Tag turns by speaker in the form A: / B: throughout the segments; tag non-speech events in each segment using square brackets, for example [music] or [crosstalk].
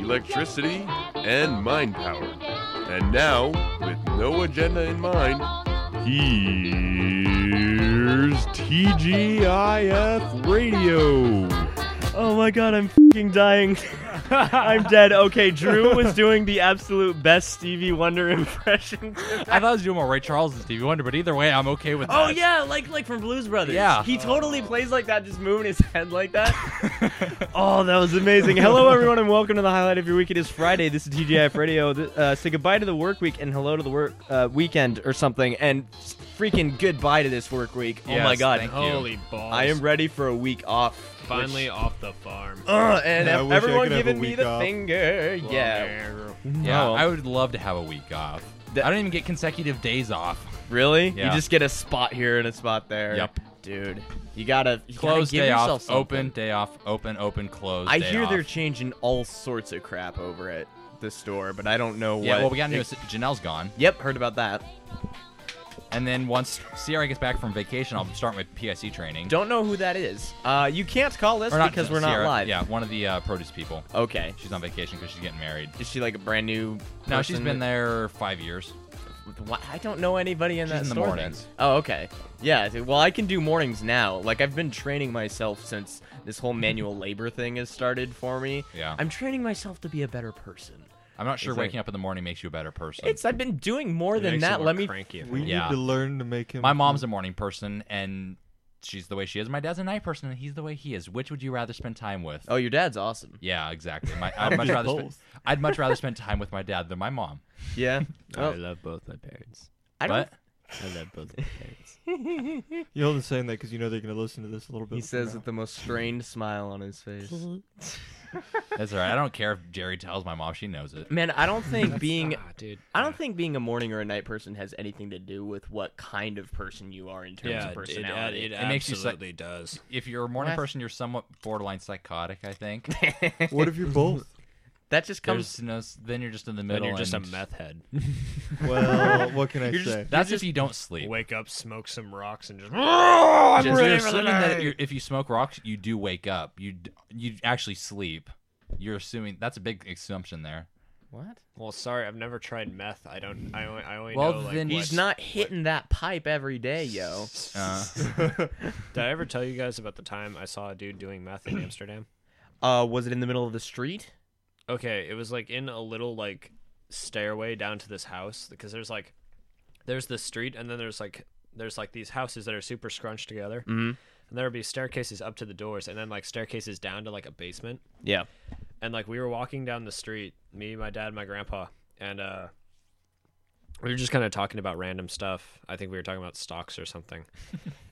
A: electricity, and mind power. And now, with no agenda in mind, here's TGIF Radio.
B: Oh my god, I'm fing dying. [laughs] I'm dead. Okay, Drew was doing the absolute best Stevie Wonder [laughs] impression.
C: I thought I was doing more Ray Charles and Stevie Wonder, but either way, I'm okay with
B: oh
C: that.
B: yeah, like like from Blues Brothers.
C: Yeah.
B: He totally plays like that, just moving his head like that.
D: [laughs]
B: oh, that was amazing. Hello everyone and welcome to the highlight of your week. It is Friday. This is TGIF Radio. Th- Uh, say goodbye to the work week and hello to the work uh, weekend or something and s- freaking goodbye to this work week. oh my
C: Yes,
B: god.
C: thank you.
E: Holy balls.
B: I am ready for a week off. which-
E: finally off the farm.
B: Ugh, and
D: Yeah, I
B: ev-
D: wish I
B: everyone
D: could have a
B: giving me
D: week
B: the
D: off.
B: finger. Yeah.
C: Yeah,
B: Oh.
C: I would love to have a week off.
B: That-
C: I don't even get consecutive days off.
B: Really?
C: Yeah.
B: You just get a spot here and a spot there.
C: Yep.
B: Dude, you gotta you gotta
C: Close
B: give
C: day
B: yourself
C: off,
B: something.
C: open day off, open, open, close.
B: I
C: day
B: hear
C: off.
B: they're changing all sorts of crap over at the store, but I don't know
C: yeah.
B: what.
C: Well, we got to know Janelle's gone,
B: Yep, heard about that.
C: and then once Sierra gets back from vacation, I'll start my PIC training.
B: Don't know who that is. Uh, you can't call this
C: Or not
B: because we're not
C: Sierra,
B: live.
C: Yeah, one of the uh, produce people.
B: Okay.
C: She's on vacation because she's getting married.
B: Is she like a brand new?
C: No, she's
B: person?
C: been there five years.
B: Wha- I don't know anybody in
C: She's
B: that
C: in the
B: store thing.
C: mornings.
B: Oh, okay. Yeah. th- Well, I can do mornings now. Like I've been training myself since this whole
E: [laughs]
B: manual labor thing has started for me.
C: Yeah.
B: I'm training myself to be a better person.
C: I'm not sure
B: It's like-
C: waking up in the morning makes you a better person.
B: It's I've been doing more than
E: makes you
B: that.
E: more
B: Let me.
E: cranky, I
D: We
E: think.
C: Yeah.
D: need to learn to make him.
C: My mom's a morning person, and she's the way she is. My dad's a night person, and he's the way he is. Which would you rather spend time with?
B: Oh, your dad's awesome.
C: Yeah, exactly. My, I'd much
D: do
C: rather spend,
D: both.
C: I'd much rather spend time with my dad than my mom.
E: [laughs]
B: Yeah. [laughs]
E: I
B: Well,
E: love both my parents.
B: I don't.
C: But
E: I love both my parents.
D: You're only saying that because you know they're going to listen to this a little bit.
B: He
D: from
B: says
D: now.
B: with the most strained smile on his face.
C: that's all right. I don't care if Jerry tells my mom; she knows it.
B: Man, I don't think being
E: Ah, dude.
B: I don't think being a morning or a night person has anything to do with what kind of person you are in terms
E: Yeah,
B: of
E: it, it,
B: personality.
E: it
C: It makes you psych-
E: absolutely does.
C: If you're a morning
B: Yes.
C: person, you're somewhat borderline psychotic. I think.
D: What if you're both?
B: [laughs] that just comes
C: There's no, s- then you're just in the
E: Then
C: middle.
E: you're just a
C: and-
E: meth head.
D: well, what can I
B: You're just-
D: say?
C: That's if you don't [laughs] sleep.
E: Wake up, smoke some rocks, and just. [laughs]
C: Just- you're assuming that you're- if you smoke rocks, you do wake up. You d- you actually sleep. You're assuming that's a big assumption there.
B: what?
E: Well, sorry, I've never tried meth. I don't. I only. I only
C: Well,
E: know, like,
C: then-
E: what-
B: He's not hitting that pipe every day, yo.
C: Uh,
E: Did I ever tell you guys about the time I saw a dude doing meth in Amsterdam?
B: Uh, was it in the middle of the street?
E: okay it was like in a little like stairway down to this house because there's like there's this street and then there's like there's like these houses that are super scrunched together mm-hmm. and there would be staircases up to the doors and then like staircases down to like a basement
B: Yeah.
E: and like we were walking down the street me my dad my grandpa and uh we were just kind of talking about random stuff i think we were talking about stocks
C: [laughs]
E: or something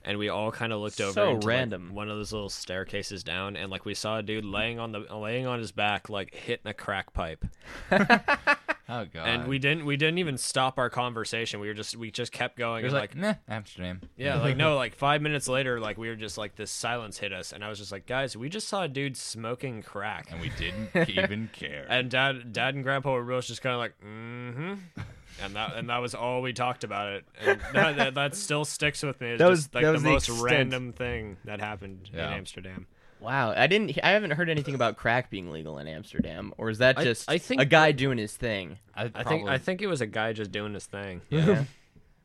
E: and we all kind of looked over
B: So
E: into, like,
B: random.
E: one of those little staircases down and like we saw a dude laying on the laying on his back like hitting a crack pipe
C: oh god.
E: and we didn't we didn't even stop our conversation we were just we just kept going
C: You're
E: and like,
C: like, nah, Amsterdam.
E: yeah
C: [laughs]
E: like no like five minutes later like we were just like this silence hit us and i was just like guys we just saw a dude smoking crack
C: And we [laughs] didn't even care.
E: and dad dad and grandpa were both just kind of like mm-hmm and that and that was all we talked about it and [laughs] that, that, that still sticks with me it's
D: That
E: just
D: was-
E: like
D: that
E: the
D: was the
E: most
D: extent.
E: random thing that happened
C: Yeah.
E: in amsterdam
B: Wow, I didn't. I haven't heard anything about crack being legal in Amsterdam, or is that
E: I-
B: just
E: I think-
B: a guy doing his thing?
E: i think i
C: probably-
E: think it was a guy just doing his thing [laughs]
C: Yeah.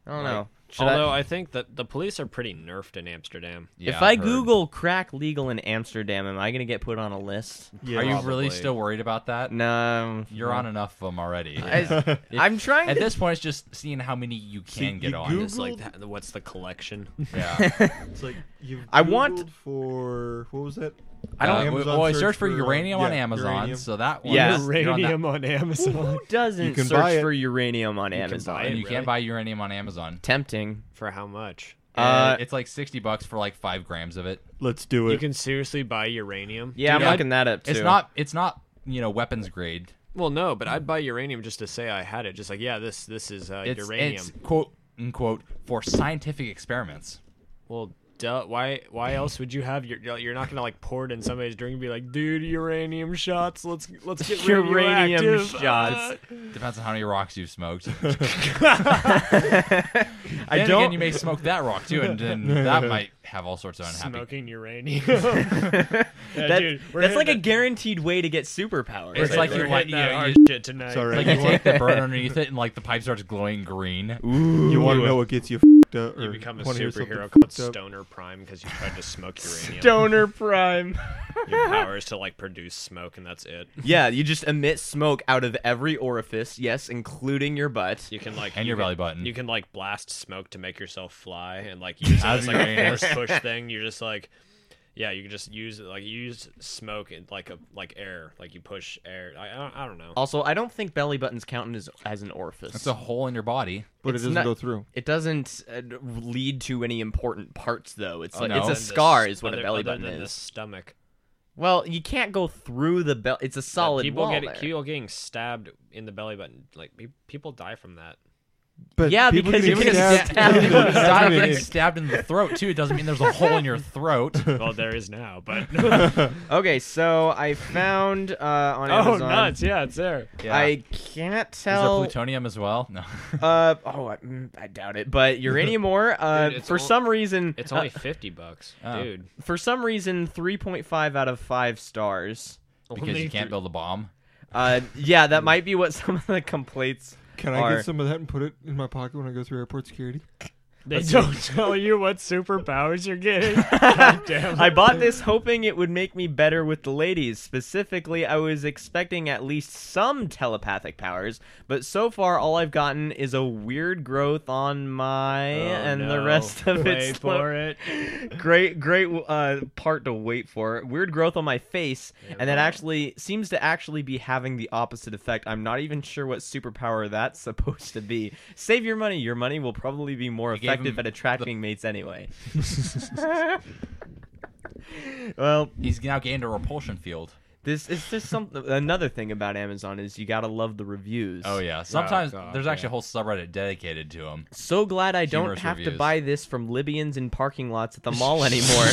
B: I don't know. Should I-
E: although I... think that the police are pretty nerfed in amsterdam
C: Yeah,
B: if I
C: I've heard.
B: Google crack legal in Amsterdam, am I gonna get put on a list?
D: Yeah.
C: are you
E: Probably.
C: really still worried about that?
B: No,
C: You're on enough of them already.
B: I, am trying.
C: At
B: to,
C: this point, it's just seeing how many you can get
D: you
C: on.
D: Google-
E: it's like that, what's the collection
C: Yeah. Uh,
D: It's like you.
B: I want-
D: Googled for what was that?
C: I don't.
D: Amazon
C: well, I
D: search
C: search for
D: for, uh,
C: uranium on
D: yeah,
C: Amazon,
D: uranium.
C: so that one.
B: Yeah.
C: is- you're on that-
E: on Amazon
B: who doesn't
D: You can
B: search
D: buy it.
B: for uranium on
E: buy
B: Amazon?
E: it.
C: and [laughs] you
E: Really?
C: can buy uranium on Amazon.
B: Tempting.
E: for how much?
B: Uh,
C: it's like sixty bucks for like five grams of it.
D: Let's do
E: You
D: it.
E: can seriously buy uranium.
B: yeah, I'm
C: Dude, I-
B: looking that up too.
C: It's not. It's not. You know, weapons grade.
E: Well, no, but I'd buy uranium just to say I had it. Just like, yeah, this this is uh,
C: It's,
E: uranium.
C: it's quote unquote for scientific experiments.
E: Well, duh. Why why else would you have your? You're not gonna like pour it in somebody's drink and be like, dude, uranium shots. Let's let's get
B: Uranium
E: radioactive." Ah,
B: shots.
C: Depends on how many rocks you've smoked. [laughs]
B: I
C: Then
B: don't.
C: Again, you may smoke that rock too, and then that might have all sorts of unhappy.
E: Smoking uranium. Yeah,
B: that-
E: dude, we're
B: that's
E: hitting
B: like a
E: that-
B: guaranteed way to get superpowers.
C: It's
B: I
E: [laughs]
C: like
B: feel
C: you
E: we're
C: want-
E: hitting that
C: you-
E: hard shit tonight.
D: Sorry.
C: Like you take
E: [laughs]
C: the burn underneath it, and like the pipe starts glowing green.
D: You want to
E: you-
D: know what gets you f***ed up?
E: You
D: or
E: become a
D: wanna hear something
E: superhero
D: f***ed
E: called
D: up?
E: Stoner Prime because you tried to smoke uranium.
B: Stoner Prime.
E: Your power is to like produce smoke, and that's it.
B: yeah, you just emit smoke out of every orifice. Yes, including your butt.
E: You can like
C: And
E: you
C: your
E: can-
C: belly button.
E: You can like blast smoke to make yourself fly, and
C: [laughs]
E: like use it
C: As
E: as like a
C: Uranus.
E: force push thing. You're just like, yeah, you can just use it like you use smoke and like a like air, like you push air. I I don't, I don't know.
B: Also, I don't think belly buttons count as, as an orifice.
C: It's a hole in your body.
D: But it
B: It's
D: doesn't
B: not-
D: go through.
B: it doesn't uh, lead to any important parts, though. It's like
C: Oh, no.
B: it's
E: Than
B: a
E: the
B: scar,
E: s-
B: is what
E: other-
B: a belly
E: other
B: button
E: than The
B: is.
E: stomach.
B: Well, you can't go through the belly. It's a solid
E: people
B: wall
E: get
B: there.
E: people getting stabbed in the belly button. Like pe- people die
C: [laughs]
E: from that.
B: [laughs]
D: But
B: Yeah,
D: people
B: because
D: get
B: you can
D: stabbed
B: stab-
D: in the-
B: That's
C: Stop
D: in the-
C: getting stabbed in the throat too. It doesn't mean there's a hole in your throat.
E: [laughs] well, there is now,
C: [laughs]
E: but [laughs]
B: Okay, so I found uh, on
E: oh
B: Amazon.
E: nuts! Yeah, it's there.
C: Yeah.
B: I can't
C: Is there
B: tell.
C: plutonium as well? No.
B: Uh, oh, I, mm, I doubt it. But
C: [laughs]
B: uranium ore, uh,
E: Dude, it's
B: for
E: all-
B: some reason,
E: It's
B: uh,
E: only fifty bucks,
C: Oh.
E: dude.
B: for some reason, three point five out of five stars.
C: Because you can't build a bomb.
B: Uh, yeah, that might be what some of the complaints.
D: Can
B: are.
D: I get some of that and put it in my pocket when I go through airport security?
E: They don't tell you what superpowers you're getting.
B: I bought this hoping it would make me better with the ladies. Specifically, I was expecting at least some telepathic powers, but so far all I've gotten is a weird growth on
E: Oh,
B: my and the rest of it's slow-
E: it.
B: great great uh, part to wait for weird growth on my face and that actually seems to actually be having the opposite effect i'm not even sure what superpower that's [laughs] supposed to be save your money your money will probably be more
C: gave
B: effective
C: him
B: at attracting mates
C: [laughs]
B: anyway [laughs] well
C: He's now gained a repulsion field.
B: this is just something another thing about amazon is you gotta love the reviews
C: Oh yeah. Sometimes
E: God,
C: there's actually a whole subreddit dedicated to him.
B: so glad i don't
C: Humorous
B: have to
C: reviews.
B: buy this from libyans in parking lots at the
C: [laughs]
B: mall anymore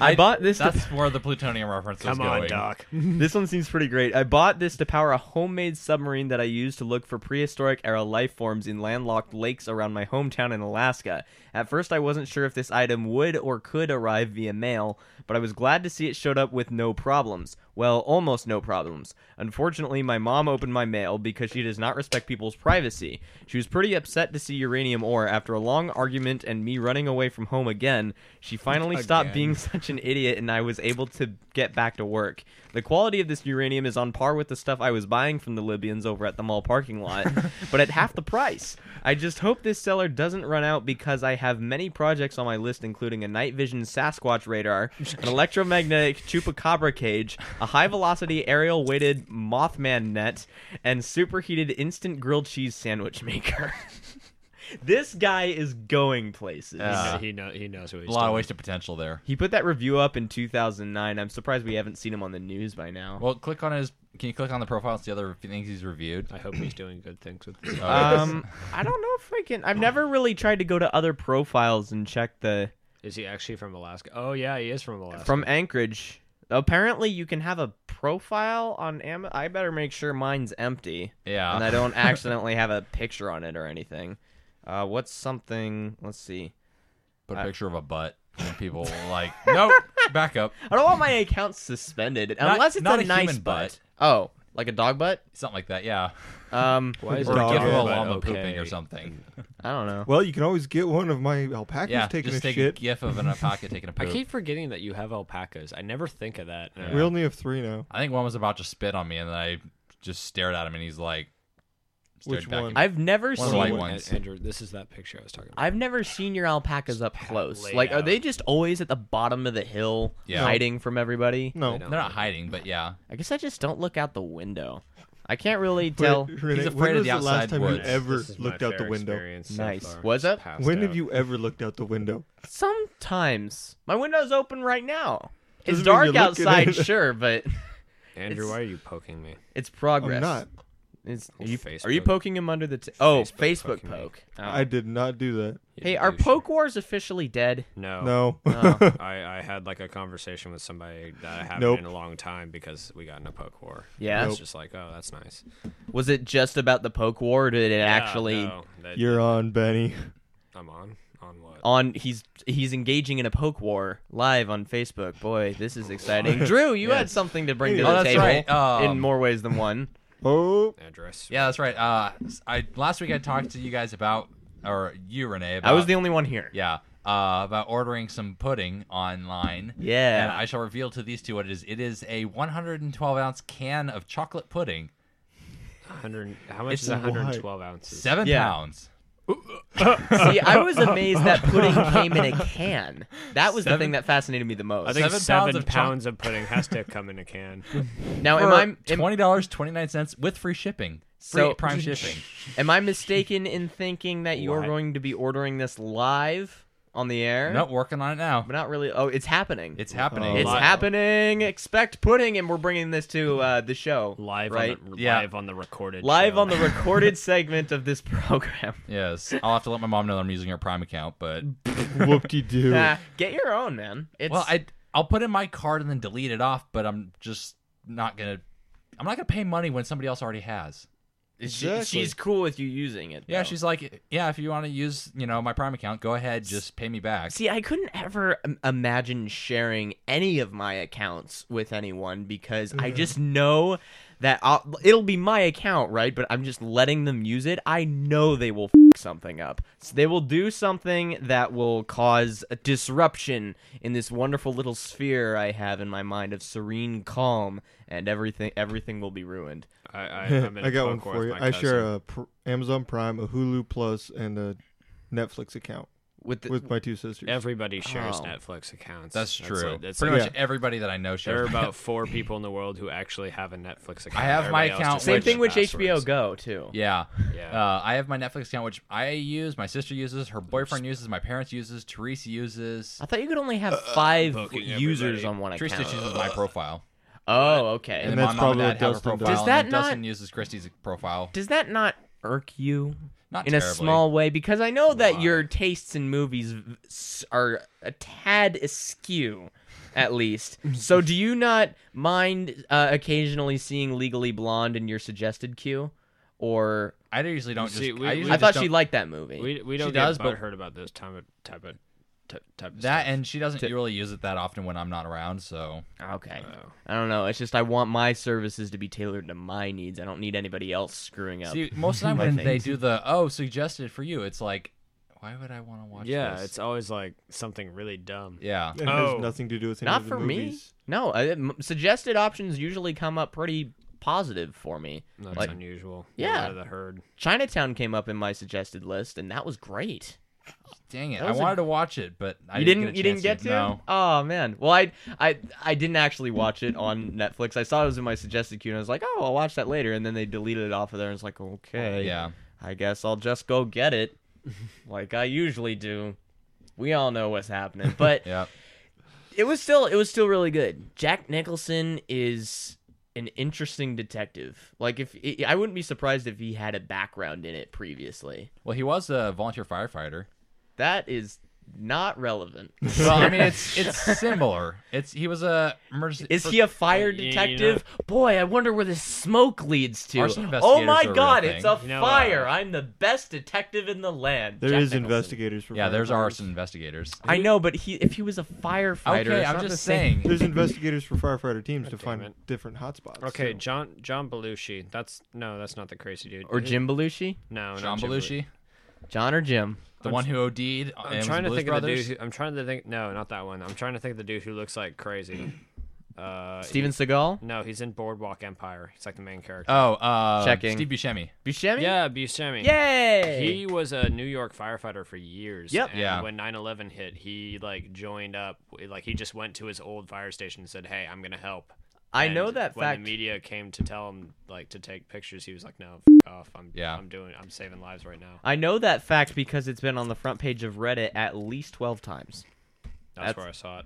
B: i bought this to
C: That's where the plutonium reference was
E: Come on,
C: going.
E: [laughs] Doc.
B: [laughs] This one seems pretty great. I bought this to power a homemade submarine that I use to look for prehistoric era life forms in landlocked lakes around my hometown in Alaska. At first, I wasn't sure if this item would or could arrive via mail, but I was glad to see it showed up with no problems. Well, almost no problems. Unfortunately, my mom opened my mail because she does not respect people's privacy. She was pretty upset to see uranium ore after a long argument and me running away from home again. She finally
C: [laughs]
B: stopped
C: Again.
B: being [laughs] such an idiot and I was able to get back to work. The quality of this uranium is on par with the stuff I was buying from the Libyans over at the mall parking
C: [laughs]
B: lot, but at half the price. I just hope this seller doesn't run out because I have many projects on my list, including a night vision Sasquatch
C: [laughs]
B: radar, an electromagnetic chupacabra cage, a high velocity aerial weighted Mothman net, and superheated instant grilled cheese sandwich maker. [laughs] this guy is going places.
C: Yeah.
E: he, know, he knows what he's
C: A lot of
E: doing.
C: wasted potential there.
B: He put that review up in 2009. I'm surprised we haven't seen him on the news by now.
C: Well, click on his. Can you click on the profile and see other things he's reviewed? Uh,
E: I hope he's doing good things with
D: Uh,
E: this.
B: um, I don't know if I can. I've never really tried to go to other profiles and check the
E: Is he actually from Alaska? Oh, yeah, he is from Alaska.
B: from Anchorage. Apparently, you can have a profile on Am. I better make sure mine's empty
C: Yeah.
B: and I
C: [laughs]
B: don't accidentally have a picture on it or anything. Uh, what's something? Let's see.
C: Put a
B: I-
C: picture of a butt. And people were like, [laughs] nope, back up.
B: I don't want my account suspended
C: Not-
B: unless it's
C: not
B: a,
C: a
B: nice
C: human butt.
B: Oh, like a dog butt?
C: Something like that, yeah.
B: Um,
E: Why is
C: Or
E: it
D: Dog
C: give him a
E: good, but
C: llama
E: okay.
C: pooping or
D: [laughs]
C: something.
B: I don't know.
D: Well, you can always get one of my alpacas
C: Yeah,
D: taking
C: just
D: a
C: take
D: shit.
C: a gif of an alpaca taking a
D: [laughs]
E: I
C: poop. I,
E: keep forgetting that you have alpacas. I never think of that.
D: We only have three now.
C: think one was about to spit on me, and then I just stared at him, and he's like, stared
D: Which
C: back at
D: one?
C: me.
B: I've never
C: One of
B: seen
C: the white ones.
E: Andrew, this is that picture I was talking about.
B: I've never seen your alpacas up close.
E: laid
B: Like, are
E: out.
B: they just always at the bottom of the hill,
C: Yeah.
B: hiding from everybody?
D: No.
E: don't.
C: They're not hiding, but yeah.
B: I guess I just don't look out the window. I can't really
D: Wait,
B: tell.
D: Renee,
C: He's
D: when
C: afraid of
D: was
C: the outside
D: last time
C: woods.
D: you ever
E: This is my
D: looked out the
E: fair
D: window?
E: experience so
B: Nice.
E: far.
B: Was
E: Just
B: it?
E: passed
D: When
E: out.
D: have you ever looked out the window?
B: Sometimes my window's open right now. It's
D: Doesn't mean
B: dark
D: you're looking at
B: outside,
D: it.
B: sure, but
E: Andrew,
B: It's-
E: why are you poking me?
B: It's progress.
D: I'm not.
B: It's, are
E: Old
B: you
E: Facebook.
B: are you poking him under the? T- oh,
E: Facebook
B: Facebook,
E: poking me. Oh,
B: poke.
D: I did not do that.
E: You
B: hey, are
E: douche.
B: poke wars officially dead?
E: No.
D: No.
B: Oh.
E: I, I had like a conversation with somebody that I haven't
D: Nope.
E: in a long time because we got in a poke war.
B: Yeah?
E: It's
B: Nope.
E: just like, oh, that's nice.
B: Was it just about the poke war? Or did it
E: Yeah,
B: actually
E: no, that-
D: [laughs] You're on, Benny.
E: I'm on. On what?
B: on? He's he's engaging in a poke war live on Facebook. Boy, this is
C: [laughs]
B: exciting. Drew, you had something to bring to the
C: Oh, that's
B: table
C: right, um,
B: in more ways than
C: [laughs]
B: one.
D: Oh,
E: Address.
C: Yeah, that's right. Uh, I last week I talked to you guys about, or you, Renee. About,
B: I was the only one here.
C: yeah uh, about ordering some pudding online.
B: Yeah.
C: and I shall reveal to these two what it is. It is a 112 ounce can of chocolate pudding,
E: 100, how much
C: It's
E: is 112 ounces?
C: seven
B: Yeah.
C: pounds.
B: See, I was amazed that
C: [laughs]
B: pudding came in a can. That was the thing that fascinated me the most.
E: I think
C: Seven
E: seven,
C: pounds of
E: pounds,
C: chunk-
E: of pudding has to come in a
D: [laughs]
E: can.
B: now, am
C: For
B: I am,
C: twenty dollars twenty nine cents with free shipping? Free
B: So- [laughs]
C: prime shipping.
B: am I mistaken in thinking that you are
E: What?
B: going to be ordering this live on the air?
C: Not working on it now.
B: but not really. Oh, it's happening.
C: It's happening.
B: It's
E: Live.
B: happening. Expect pudding, and we're bringing this to uh, the show
E: Live,
B: right?
E: on the,
C: Yeah.
E: live on the recorded.
B: live
E: show.
B: on the
C: [laughs]
B: recorded segment of this program.
C: yes, I'll have to let my mom know that I'm using her Prime account.
B: [laughs]
C: But
D: whoop-de-doo.
B: Nah, get your own, man. It's
C: well, I I'll put in my card and then delete it off. But I'm just not gonna. I'm not gonna pay money when somebody else already has.
B: she-
D: Exactly.
B: she's cool with you using it.
C: Yeah,
B: though.
C: she's like, yeah, if you want to use, you know, my Prime account, go ahead, just pay me back.
B: See, I couldn't ever im- imagine sharing any of my accounts with anyone because
C: Mm.
B: I just know that I'll, it'll be my account, right? But I'm just letting them use it. I know they will f- something up. So they will do something that will cause a disruption in this wonderful little sphere I have in my mind of serene calm, and everything everything will be ruined.
E: I,
D: [laughs]
E: I, [laughs] I'm in
D: I
E: a
D: got
E: poke war
D: one for
E: with
D: you.
E: my
D: I share
E: cousin.
D: a pr- Amazon Prime, a Hulu Plus, and a Netflix account
B: With the,
D: with my two sisters.
E: Everybody shares
B: Oh.
E: Netflix accounts.
C: that's true.
E: like- that's
C: Pretty
E: like-
C: much everybody that I know
E: There are
D: [laughs]
C: shares. my-
E: about four people in the world who actually have a Netflix account.
C: I have my
E: Everybody else
C: account,
E: just
B: same
C: which-
E: has
B: thing with HBO
E: passwords.
B: Go too.
C: yeah.
E: Yeah.
C: Uh, I have my Netflix account, which I use, my sister uses, her boyfriend uses, my parents uses, Teresa uses.
B: I thought you could only
C: Uh,
B: have five
E: poking
B: users
E: everybody.
B: on one
C: Teresa
B: account.
C: uses my profile.
B: Oh, okay.
C: And,
D: And
C: then my
D: that's
C: mom and
D: probably
C: dad have
D: what
C: her
D: Dustin does.
C: profile.
B: Does
C: and
B: that
C: then Dustin
B: not-
C: uses Christy's profile.
B: Does that not irk you
C: Not
B: in a
C: terribly.
B: small way? Because I know that
E: Why?
B: your tastes in movies v- s- are a tad askew, at
C: [laughs]
B: least. so do you not mind uh, occasionally seeing Legally Blonde in your suggested queue? Or
C: I usually don't just.
E: See, we-
C: I,
E: we
C: usually
B: I
C: just
B: thought she
C: don't-
B: liked that movie.
E: We, we
C: She
E: don't get
C: does,
E: does,
C: but-
E: hurt about this type of type of ty- type of
C: that,
E: stuff.
C: and she doesn't really use it that often when I'm not around. So
B: okay,
C: Oh.
B: I don't know. It's just I want my services to be tailored to my needs. I don't need anybody else screwing up.
C: see, most of the time
B: [laughs] my
C: when they
B: things.
C: do the oh suggested for you, it's like, why would I want to watch?
E: yeah,
C: this?
E: it's always like something really dumb.
C: yeah.
D: It
E: Oh.
D: has nothing to do with any
B: not
D: of the
B: for me.
D: movies.
B: No, I, m- suggested options usually come up pretty positive for me.
E: That's
B: Like-
E: unusual.
B: Yeah.
E: Out of the herd.
B: Chinatown came up in my suggested list, and that was great.
C: Dang it!
B: That
C: I
B: was a-
C: wanted to watch it, but I
B: you
C: didn't.
B: didn't,
C: Get a
B: you didn't
C: chance
B: get to?
C: No.
B: Oh man. Well, I, I, I didn't actually watch it on [laughs] Netflix. I saw it was in my suggested queue, and I was like, oh, I'll watch that later. And then they deleted it off of there, and it's like, okay,
C: Yeah.
B: I guess I'll just go get it, [laughs] like I usually do. We all know what's
C: [laughs]
B: happening, but
C: Yeah.
B: it was still it was still really good. Jack Nicholson is an interesting detective. Like if I wouldn't be surprised if he had a background in it previously.
C: Well, he was a volunteer firefighter.
B: That is not
C: [laughs]
B: relevant.
C: Well, I mean, it's it's similar. It's he was a emergency.
B: Is he a fire
E: you- you
B: detective? Boy, I wonder where this smoke leads to. oh
C: Arson investigators
B: my
C: are a real
B: god,
C: thing.
B: it's a
E: You know, uh,
B: fire. I'm the best detective in the land.
D: There is
B: Jack Nicholson.
D: investigators for
C: yeah? There's
D: firefighters.
C: arson investigators.
B: I know, but he if he was a firefighter,
C: Okay,
B: it's
C: I'm
B: not the
C: just
B: same-
C: saying.
D: There's investigators for firefighter teams to find
E: it.
D: different hotspots.
E: Okay,
D: so-
E: John John Belushi. That's no, that's not the crazy dude. Uh,
B: Or Jim Belushi,
E: No, not
C: John
E: Jim
C: Belushi,
B: John or Jim.
C: the one who OD'd. and
E: I'm
C: was
E: trying to
C: Blues
E: think
C: Brothers.
E: of the dude. Who, I'm trying to think. No, not that one. I'm trying to think of the dude who looks like crazy. Uh,
B: Steven Seagal.
E: No, he's in Boardwalk Empire. He's like the main character.
C: Oh, uh,
B: Checking.
C: Steve Buscemi.
B: Buscemi.
E: yeah, Buscemi.
B: Yay!
E: He was a New York firefighter for years.
B: Yep.
E: and
C: Yeah.
E: When 9/11 hit, he like joined up. Like he just went to his old fire station and said, "Hey, I'm gonna help."
B: I
E: And
B: know that
E: when
B: fact.
E: the media came to tell him like to take pictures, he was like, "No, f- off. I'm
C: Yeah.
E: I'm doing. I'm saving lives right now."
B: I know that fact because it's been on the front page of Reddit at least twelve times.
E: That's,
B: That's-
E: where I saw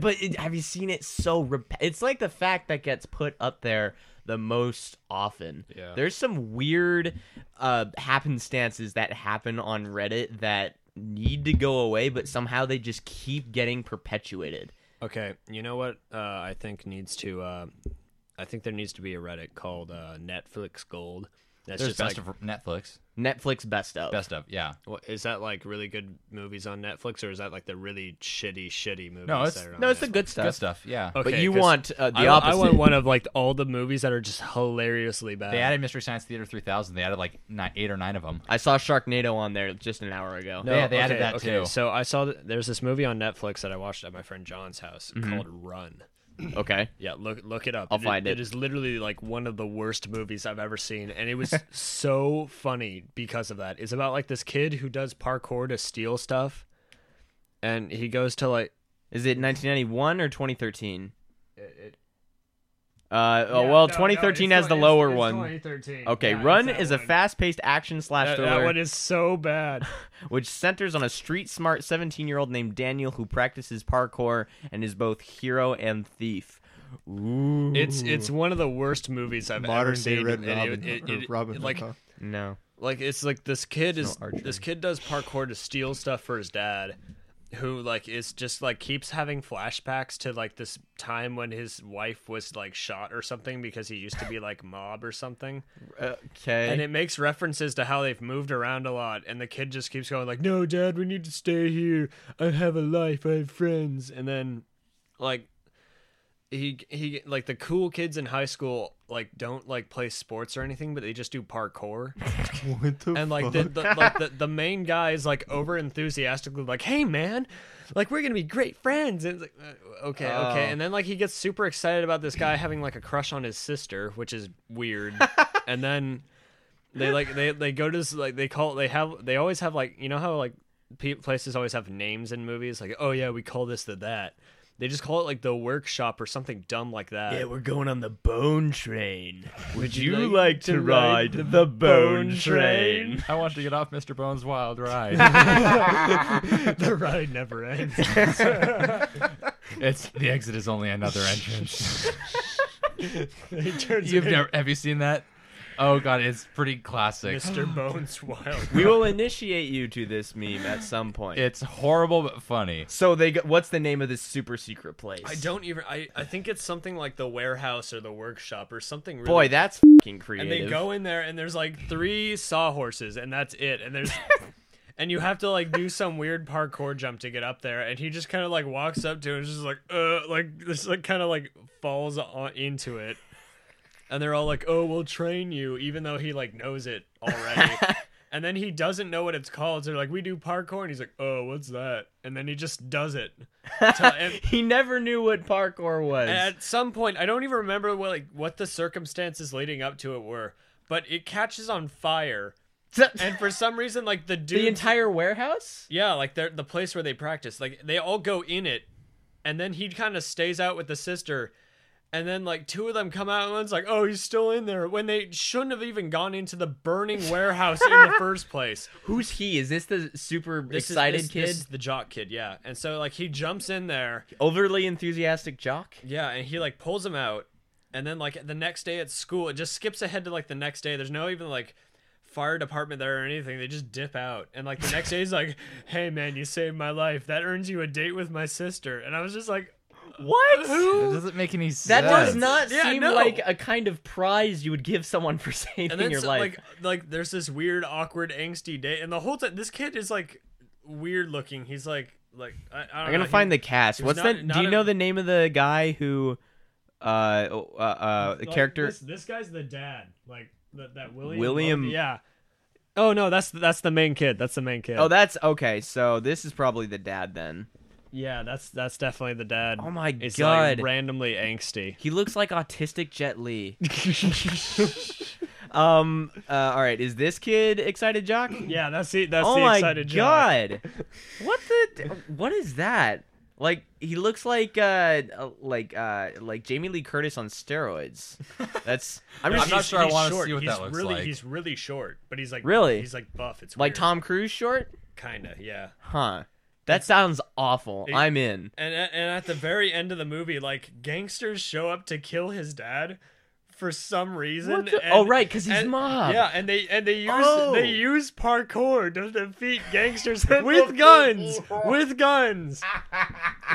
B: [laughs] but it, have you seen it so rep- it's like the fact that gets put up there the most often
E: Yeah.
B: there's some weird uh happenstances that happen on reddit that need to go away but somehow they just keep getting perpetuated
E: [laughs] Okay, you know what? Uh, I think needs to. Uh, I think there needs to be a Reddit called uh, Netflix Gold. That's
C: There's
E: just
C: best
E: like,
C: of Netflix.
B: netflix best of
C: Best of, yeah.
E: what- is that like really good movies on Netflix, or is that like the really shitty, shitty movies?
C: No, it's-
E: that are on
B: no it's the
E: Netflix?
B: good stuff
C: Good stuff, yeah.
E: Okay,
B: but you
E: 'cause
B: want uh, the
E: I, wa-
B: opposite
E: I want one of like all the movies that are just hilariously bad.
C: They added Mystery Science Theater 3000. They added like nine, eight or nine of them.
B: I saw sharknado on there just an hour ago
C: No. Yeah, they added
E: okay,
C: that
E: okay,
C: too.
E: So I saw that there's this movie on Netflix that I watched at my friend John's house called Run.
B: okay
E: Yeah, look look it up.
B: I'll
E: It-
B: find it.
E: It is literally like one of the worst movies I've ever seen, and
C: [laughs]
E: it was so funny because of that. It's about like this kid who does parkour to steal stuff, and he goes to like
B: is it 1991 or 2013 uh, oh well 2013 has the lower one Okay, Run is a fast-paced action slash
E: That,
B: thriller
E: that one is so [laughs] bad.
B: which centers on a street-smart 17-year-old named Daniel who practices parkour and is both hero and thief. Ooh,
E: It's it's one of the worst movies I've ever
D: Modern day
E: seen.
D: Red
E: and it-
D: Robin.
E: it-
D: or
E: it-
D: Robin Hood,
E: like
D: huh? [laughs]
B: no.
E: like it's like this kid
B: It's
E: is
B: no archery.
E: this kid does parkour to steal stuff for his dad who like is just like keeps having flashbacks to like this time when his wife was like shot or something because he used to be like mob or something
B: Okay.
E: and it makes references to how they've moved around a lot and the kid just keeps going like no dad we need to stay here i have a life i have friends and then like he he like the cool kids in high school like don't like play sports or anything but they just do parkour
D: what the
E: and like
D: fuck?
E: the, the like the, the main guy is like over enthusiastically like hey man like we're gonna be great friends and it's like uh, okay okay and then like he gets super excited about this guy having like a crush on his sister which is weird and then they like they they go to this like they call they have they always have like you know how like pe- places always have names in movies like oh yeah we call this the that they just call it like the workshop or something dumb like that
B: yeah, we're going on the bone train. Would you like, to
E: ride
B: ride the bone train?
C: I want to get off Mr. Bones' wild [laughs] ride.
E: the ride never ends
C: it's the exit is only another
B: [laughs]
C: entrance.
E: it turns
C: You've
E: into
C: never have you seen that? Oh god, it's pretty classic.
E: Mr. Bones Wild.
B: [laughs] we will initiate you to this meme at some point.
C: It's horrible but funny.
B: so they go, what's the name of this super secret place?
E: I don't even. I, I think it's something like the warehouse or the workshop or something. Really
B: Boy, [laughs] that's fucking
E: and
B: creative.
E: they go in there and there's like three sawhorses and that's it.
B: [laughs]
E: And there's. And you have to like do some weird parkour jump to get up there, and he just kind of like walks up to it, and is just like, uh, like this like kind of like falls on, into it, and they're all like, oh, we'll train you, even though he like knows it
B: [laughs]
E: already, and then he doesn't know what it's called. So they're like, we do parkour, and he's like, oh, what's that? And then he just
B: [laughs]
E: does it. Till- and-
B: He never knew what parkour was.
E: at some point i don't even remember what, like what the circumstances leading up to it were but it catches on fire and for some reason like the dude
B: the entire warehouse?
E: yeah like they're, the place where they practice like they all go in it and then he kind of stays out with the sister and then like two of them come out and one's like oh he's still in there when they shouldn't have even gone into
B: [laughs]
E: the burning warehouse in the first place
B: Who's he? Is this the super
E: This is-
B: excited
E: this-
B: kid?
E: this is the jock kid yeah and so like he jumps in there
B: Overly enthusiastic jock?
E: Yeah, and he like pulls him out, and then like the next day at school, it just skips ahead to like the next day. There's no even like fire department there or anything. They just dip out, and like the next day he's like, [laughs] "Hey man, you saved my life. That earns you a date with my sister." And I was just like,
B: What?
C: That doesn't make any sense.
B: That does not
E: Yeah,
B: seem
E: no.
B: like a kind of prize you would give someone for [laughs] saving
E: [laughs] and then
B: your
E: so,
B: life.
E: like like there's this weird, awkward, angsty date, and the whole time this kid is like weird looking. He's like like I, I don't
B: I'm gonna find the cast.
E: he's
B: What's
E: uh, not-
B: the?
E: not
B: Do you
E: a-
B: know the name of the guy who, uh, oh, uh, uh the character?
E: This, this guy's the dad, like that, that William.
B: William-
E: Logan- yeah. Oh no, that's that's the main kid. That's the main kid.
B: Oh, that's okay. So this is probably the dad then.
E: Yeah, that's that's definitely the dad.
B: Oh my
E: It's,
B: God.
E: Like randomly angsty.
B: He looks like autistic Jet Li. [laughs] um. Uh, all right. Is this kid excited, Jock?
E: Yeah, that's the that's
B: oh
E: the
B: my
E: excited John.
B: god
E: [laughs]
B: what the what is that like he looks like uh uh, like uh like jamie lee curtis on steroids
E: [laughs]
B: that's i'm
C: I'm
B: just
C: not sure I wanna
E: short.
C: see what
E: he's
C: that looks
E: really,
C: like.
E: He's really short, but he's like
B: Really?
E: he's like buff. It's
B: like
E: weird.
B: tom cruise short
E: kinda yeah.
B: huh That sounds awful. I'm in.
E: And and at the very end of the movie, like gangsters show up to kill his dad for some reason.
B: What the-
E: and-
B: oh, right, 'cause he's
E: and-
B: mob.
E: Yeah, and they and they use
B: Oh.
E: they use parkour
B: [laughs]
E: to defeat gangsters with guns, with guns.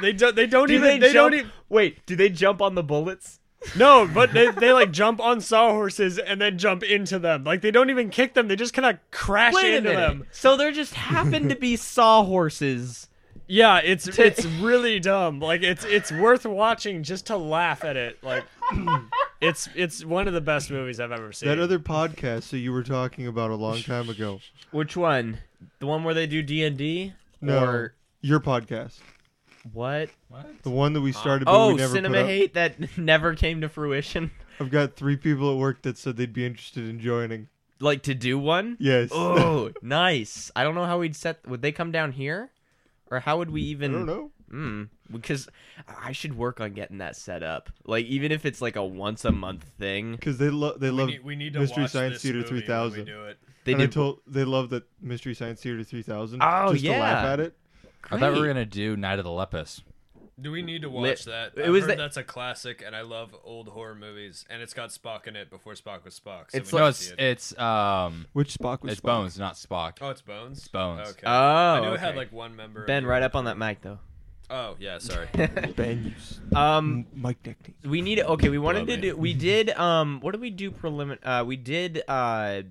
E: They don't. They don't
B: Do
E: even.
B: they,
E: They,
B: jump?
E: don't e, even.
B: Wait, do they jump on the bullets?
E: No, but they, they like jump on sawhorses and then jump into them. Like they don't even kick them. They just kind of crash
B: Wait a
E: into
B: minute.
E: them.
B: So there just happened to
E: [laughs]
B: be sawhorses.
E: Yeah, it's it's really dumb. Like it's it's worth watching just to laugh at it. Like [clears throat] it's it's one of the best movies I've ever seen.
D: That other podcast that you were talking about a long
B: [laughs]
D: time ago.
B: Which one? The one where they do D and D?
D: No,
B: Or
D: your podcast,
B: what?
D: the one that we started. but
B: Oh,
D: we never
B: cinema
D: put up.
B: hate that [laughs] never came to fruition.
D: I've got three people at work that said they'd be interested in joining.
B: Like to do one?
D: Yes.
B: Oh, nice. I don't know how we'd set. Would they come down here, or how would we
D: [laughs] I
B: even?
D: don't know.
B: Mm, because I should work on getting that set up. Like even if it's like a once a month thing,
D: Because they love they love Mystery Science Theater
E: movie when we
D: 3000.
E: do it.
B: they
D: and I
B: did.
D: told they love that Mystery Science Theater 3000.
B: Oh,
D: just to laugh
B: yeah.
D: at it.
C: I thought we were
B: Great.
C: gonna do Night of the Lepus.
F: Do we need to watch
B: Lit-
F: that?
B: it
F: I've
B: was
F: heard
B: the-
F: that's a classic, and I love old horror movies. And it's got Spock in it before Spock was Spock. So
B: It's
F: we need
B: like-
C: No,
F: to
C: it's
F: see it.
C: it's um
D: Which Spock was
C: it's
D: Spock?
C: Bones, not Spock.
F: oh, it's Bones. It's
C: Bones.
F: Okay.
B: Oh,
F: I knew it had
B: okay.
F: like one member. of
B: Ben,
F: the-
B: right up on that mic though.
F: Oh yeah,
E: [laughs]
F: sorry.
D: Ben, you s-
B: Um,
D: Mike Deckney.
B: we need. Okay, we wanted to
C: Lovely.
B: do. We did. Um, what did we do? Prelimin. Uh, we did. Uh,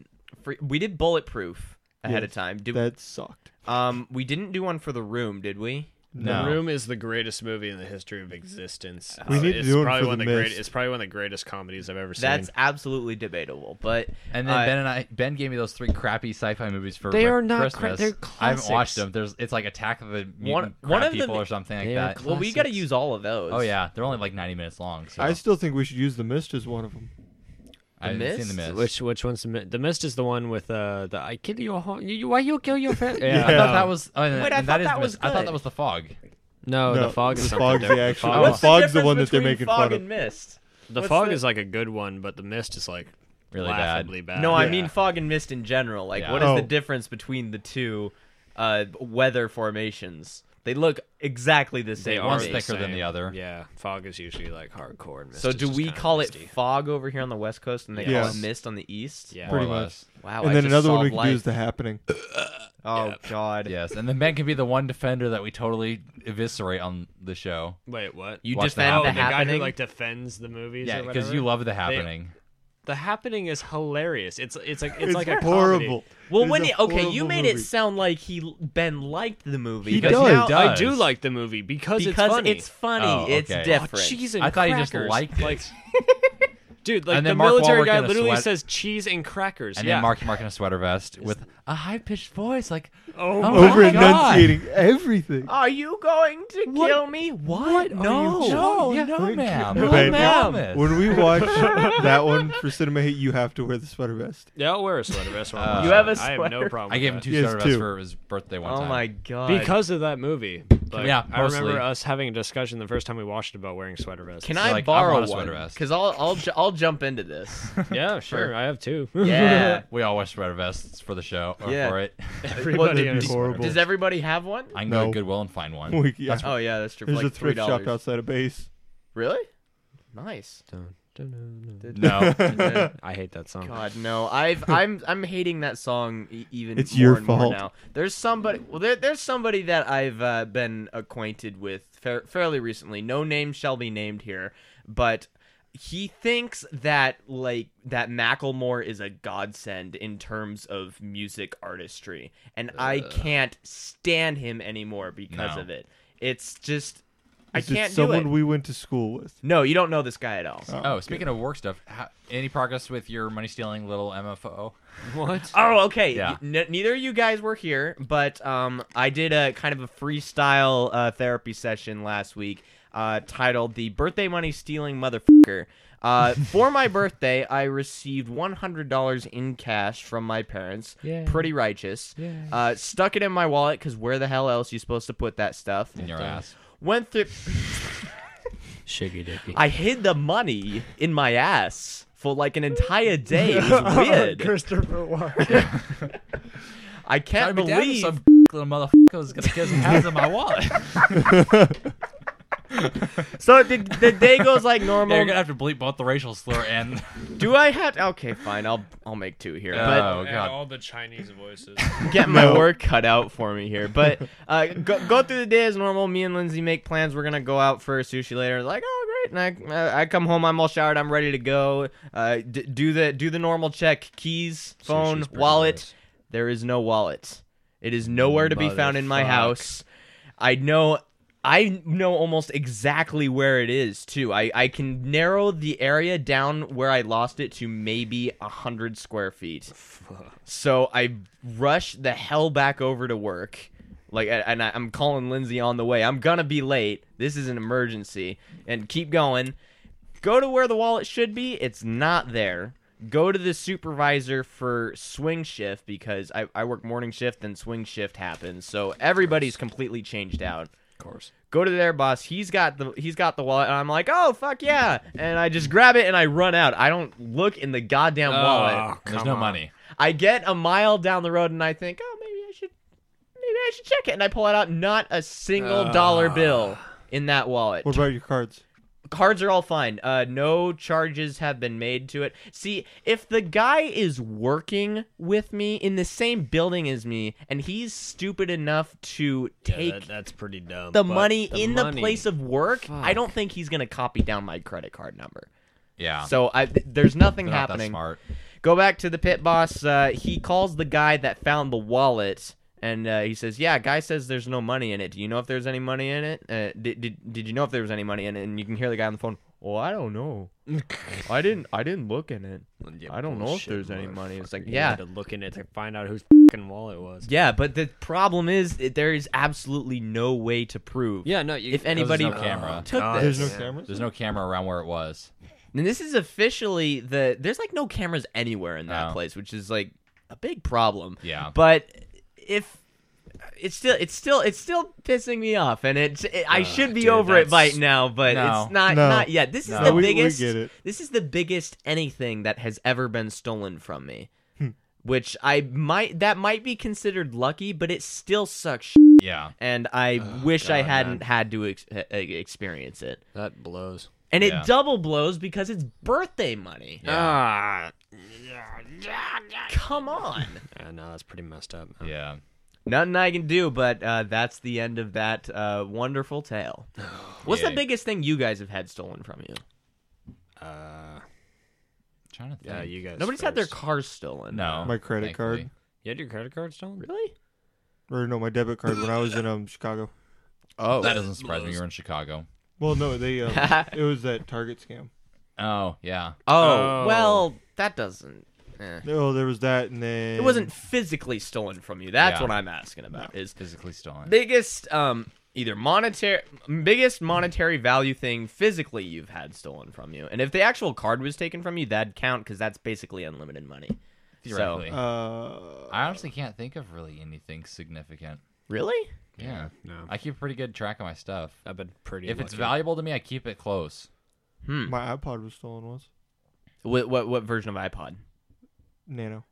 B: free, we did bulletproof ahead of
D: Yes,
B: time. Did
D: That sucked.
B: um, we didn't do one for the room, did we?
C: No.
E: The Room is the greatest movie in the history of existence.
D: We need to
E: it's
D: do one
E: probably
D: for
E: one
D: The
E: of the great,
D: Mist.
E: It's probably one of the greatest comedies I've ever seen.
B: That's absolutely debatable, but
C: And then
B: uh,
C: Ben and I, Ben gave me those three crappy sci-fi movies for
E: They
C: like,
E: are not cra-
C: Christmas.
E: they're
C: I haven't watched
E: classics.
C: them. There's, it's like Attack of the Mutant
B: One-
C: Crab
B: one of them-
C: People or something like
B: They are
C: that.
B: Well, we got to use all of those.
C: oh yeah, they're only like 90 minutes long. So
D: I still think we should use the mist as one of them.
C: I haven't
B: Mist?
C: seen the mist.
E: which which one's the, Mi- the Mist is the one with uh, the I kill your home you, why you kill your family
C: yeah, I thought that was. Oh, and,
B: Wait, I
C: and
B: thought
C: that is
B: that
C: the
B: was
C: mist. I thought
B: good.
C: that was the fog.
E: no,
D: No,
E: the fog is
D: the
E: something
D: fog's the
E: different.
D: actual-
E: fog,
D: What's
B: What's
D: the Oh, Fog's the
B: difference
D: one that they're
B: between
D: making
B: fog
D: fun of.
B: and mist.
E: the
B: what's
E: fog
B: the-
E: is like a good one, but the Mist is like
C: Really bad.
E: laughably bad.
B: No, I
D: Yeah.
B: mean fog and mist in general. Like,
C: Uh, Yeah.
B: what is
D: Oh.
B: the difference between the two uh, weather formations? They look exactly the same. to
C: one's
B: me.
C: thicker than the other.
E: Yeah, fog is usually like hardcore. And mist
B: So
E: is
B: do
E: just
B: we
E: kinda
B: call
E: misty.
B: it fog over here on the west coast, and they call
D: Yes.
B: it mist on the east?
E: Yeah.
C: More
D: Pretty
C: or
D: much.
C: less.
B: Wow. I
D: and then
B: just
D: another one
B: solved
D: we can
B: life.
D: do is the happening.
B: Oh God.
C: Yes, and then Ben can be the one defender that we totally eviscerate on the show.
E: Wait, what?
B: You
C: Watch The
B: defend
E: oh,
B: the,
E: the, guy
B: happening.
E: who like defends the movies.
C: Yeah,
E: because
C: because you love the happening.
E: the happening is hilarious. It's it's like it's,
D: It's,
E: like a comedy.
D: horrible.
B: well,
D: It is
B: when
D: a
B: it, okay, you
D: horrible
B: made it
D: movie.
B: sound like he Ben liked the movie
D: He
B: because
D: does.
B: now-
C: He does.
E: I do like the movie because,
B: because
E: it's funny.
B: it's funny.
C: Oh,
B: It's
C: okay.
E: Oh,
B: different.
E: cheese and
C: I thought he just
E: crackers.
C: liked it.
E: Like, [laughs] dude, like
C: And
E: the
C: then Mark
E: military
C: Wahlberg
E: guy
C: in a
E: literally
C: sweat-
E: says cheese and crackers.
C: and
E: yeah.
C: then Marky Mark in a sweater vest with a high pitched voice, like
E: Oh
C: my
D: Over
C: God.
D: enunciating everything.
B: Are you going to kill me? What? No.
C: no,
B: Yeah.
C: no, ma'am,
D: No,
C: no,
D: Ben,
C: ma'am.
D: When we watch that one for cinema hate, you have to wear the sweater vest.
E: yeah, I'll wear a sweater vest. when I'm
C: Uh,
E: outside.
C: You
B: have a
E: I have no
B: sweater?
E: problem.
C: I gave him
E: with
C: two
D: He has
C: sweater vests
D: two.
C: for his birthday one
B: Oh
C: time.
B: my god.
E: that. because of that movie. Like,
C: Yeah,
E: I
C: mostly.
E: remember us having a discussion the first time we watched about wearing sweater vests.
B: can
C: You're
B: I
C: like, I
B: borrow
C: want a
B: one?
C: sweater vest.
B: Because I'll I'll ju- I'll jump into this. [laughs]
E: Yeah, sure. I have two.
B: yeah.
C: We all wear sweater vests for the show or
B: Yeah.
C: for it.
B: What,
E: Everybody
D: That'd be
E: has-
D: horrible. [laughs]
B: does everybody have one?
C: I can go
D: No.
C: to Goodwill and find one.
D: We- yeah.
B: Oh yeah, that's true.
D: There's
B: like
D: a thrift
B: $3.
D: shop outside of base.
B: Really? Nice.
C: No,
E: I hate that song.
B: God no.
D: [laughs]
B: I've I'm I'm hating that song e- even
D: It's
B: more
D: your
B: and
D: fault.
B: more now. There's somebody well there, there's somebody that I've uh, been acquainted with fair, fairly recently. No name shall be named here, but he thinks that like that Macklemore is a godsend in terms of music artistry, and I can't stand him anymore because
C: No.
B: of it. It's just I
D: Is it
B: can't do
D: someone
B: it.
D: we went to school with.
B: No, you don't know this guy at all.
C: Oh, speaking of work stuff, how, any progress with your money stealing little MFO?
E: What?
B: Oh, okay.
C: Yeah.
B: N- neither of you guys were here, but um, I did a kind of a freestyle uh, therapy session last week, uh, titled "The Birthday Money Stealing Motherfucker."
C: [laughs]
B: Uh, for my birthday, I received one hundred dollars in cash from my parents.
E: Yay.
B: Pretty righteous. Uh, stuck it in my wallet because where the hell else you supposed to put that stuff?
C: In your ass.
B: Went through. [laughs]
E: Shiggy dicky.
B: I hid the money in my ass for like an entire
C: [laughs] Oh,
B: day. It was weird.
E: Christopher Walken.
B: I can't
C: Sorry, my dad is
B: believe
C: some [laughs] sick little motherfucker is gonna kiss and hands in my wallet.
B: [laughs] So the, the day goes like normal.
C: [laughs] yeah, you're gonna have to bleep both the racial slur [laughs] and
B: Do I have? Okay, fine. I'll I'll make two here.
C: oh
F: and
C: god.
F: all the Chinese
B: [laughs]
F: voices.
B: But get
C: [laughs]
B: my work cut out for me here. But uh, go go through the day as normal. Me and Lindsay make plans. We're gonna go out for sushi later. Like, oh great. And I I come home. I'm all showered. I'm ready to go. Uh, d- do the do the normal check. Keys, phone,
C: Sushi's pretty
B: wallet.
C: nice.
B: There is no wallet. It is nowhere to be found in my
C: Motherfuck.
B: house. I know I know almost exactly where it is too. I, I can narrow the area down where I lost it to maybe a hundred square feet. So I rush the hell back over to work. Like a- and I, I'm calling Lindsay on the way. I'm gonna be late. This is an emergency. And keep going. Go to where the wallet should be. It's not there. Go to the supervisor for swing shift because I, I work morning shift and swing shift happens. So everybody's completely changed out
C: Of course.
B: go to their boss. He's got the he's got the wallet, and I'm like, oh fuck yeah! And I just grab it and I run out. I don't look in the goddamn
C: Ah,
B: wallet.
C: There's no money.
B: I get a mile down the road and I think, oh maybe I should maybe I should check it. And I pull it out. Not a single
C: Ah.
B: dollar bill in that wallet.
D: [laughs] What about your cards?
B: Cards are all fine. Uh, no charges have been made to it. See, if the guy is working with me in the same building as me, and he's stupid enough to take
E: that's pretty dumb.
B: the money in the place of work, I don't think he's gonna copy down my credit card number.
C: Yeah.
B: So I, th- there's nothing
C: They're not that
B: happening.
C: smart.
B: Go back to the pit boss. Uh, he calls the guy that found the wallet, and uh, he says, "Yeah, guy says there's no money in it. Do you know if there's any money in it? Uh, did, did did you know if there was any money in it?" And you can hear the guy on the phone. Well, I don't know. I didn't. I didn't look in it. I don't know if there's any money. It's like, yeah,
E: to look in it to find out
B: [laughs]
E: whose fucking wallet was.
B: yeah. But the problem is, it, there is absolutely no way to prove.
E: Yeah, no. You,
B: If anybody
C: no camera.
B: took
E: God.
B: this,
D: There's no cameras.
C: There's no camera around where it was.
B: And this is officially the there's like no cameras anywhere in that
C: No.
B: place, which is like a big problem.
C: Yeah.
B: But if it's still it's still it's still pissing me off, and it's it, I should be
E: dude,
B: over it by
E: that's-
B: now, but
C: No.
B: it's not
D: No.
B: not yet. This is
C: No.
B: the
C: No,
D: we- we
B: biggest.
D: get it.
B: This is the biggest anything that has ever been stolen from me.
D: Hmm.
B: Which I might that might be considered lucky, but it still sucks. Shit,
C: Yeah.
B: and I wish I
E: God,
B: hadn't
E: man.
B: had to ex- e- experience it.
E: that blows.
B: And
C: Yeah.
B: it double blows because it's birthday money.
C: Yeah.
B: Come on.
E: Yeah, no, that's pretty messed up. man.
C: yeah.
B: [laughs] Nothing I can do, but uh, that's the end of that uh, wonderful tale. [sighs] What's the
C: Yay.
B: biggest thing you guys have had stolen from you?
E: Uh,
C: trying to think.
E: yeah, you guys.
B: Nobody's had their
E: first.
B: cars stolen.
C: no.
D: My credit
C: thankfully.
D: card.
E: You had your credit card stolen?
B: Really?
D: Or no, my debit card when I was in um Chicago.
C: Oh, that doesn't surprise me. You're in Chicago.
D: Well, no, they um, it was that Target scam.
C: Oh yeah.
B: Oh, well, that doesn't. eh.
D: Oh, there was that, and then
B: It wasn't physically stolen from you. That's
C: Yeah.
B: what I'm asking about. Is
C: Physically stolen.
B: biggest um either monetary biggest monetary value thing physically you've had stolen from you. And if the actual card was taken from you, that'd count cuz that's basically unlimited money.
C: Theoretically.
B: So,
D: Uh,
C: I honestly can't think of really anything significant.
B: really?
C: Yeah.
E: No.
C: I keep a pretty good track of my stuff.
E: I've been pretty.
C: If it's
E: lucky.
C: valuable to me, I keep it close.
D: my iPod was stolen once.
B: What what what version of iPod?
D: Nano.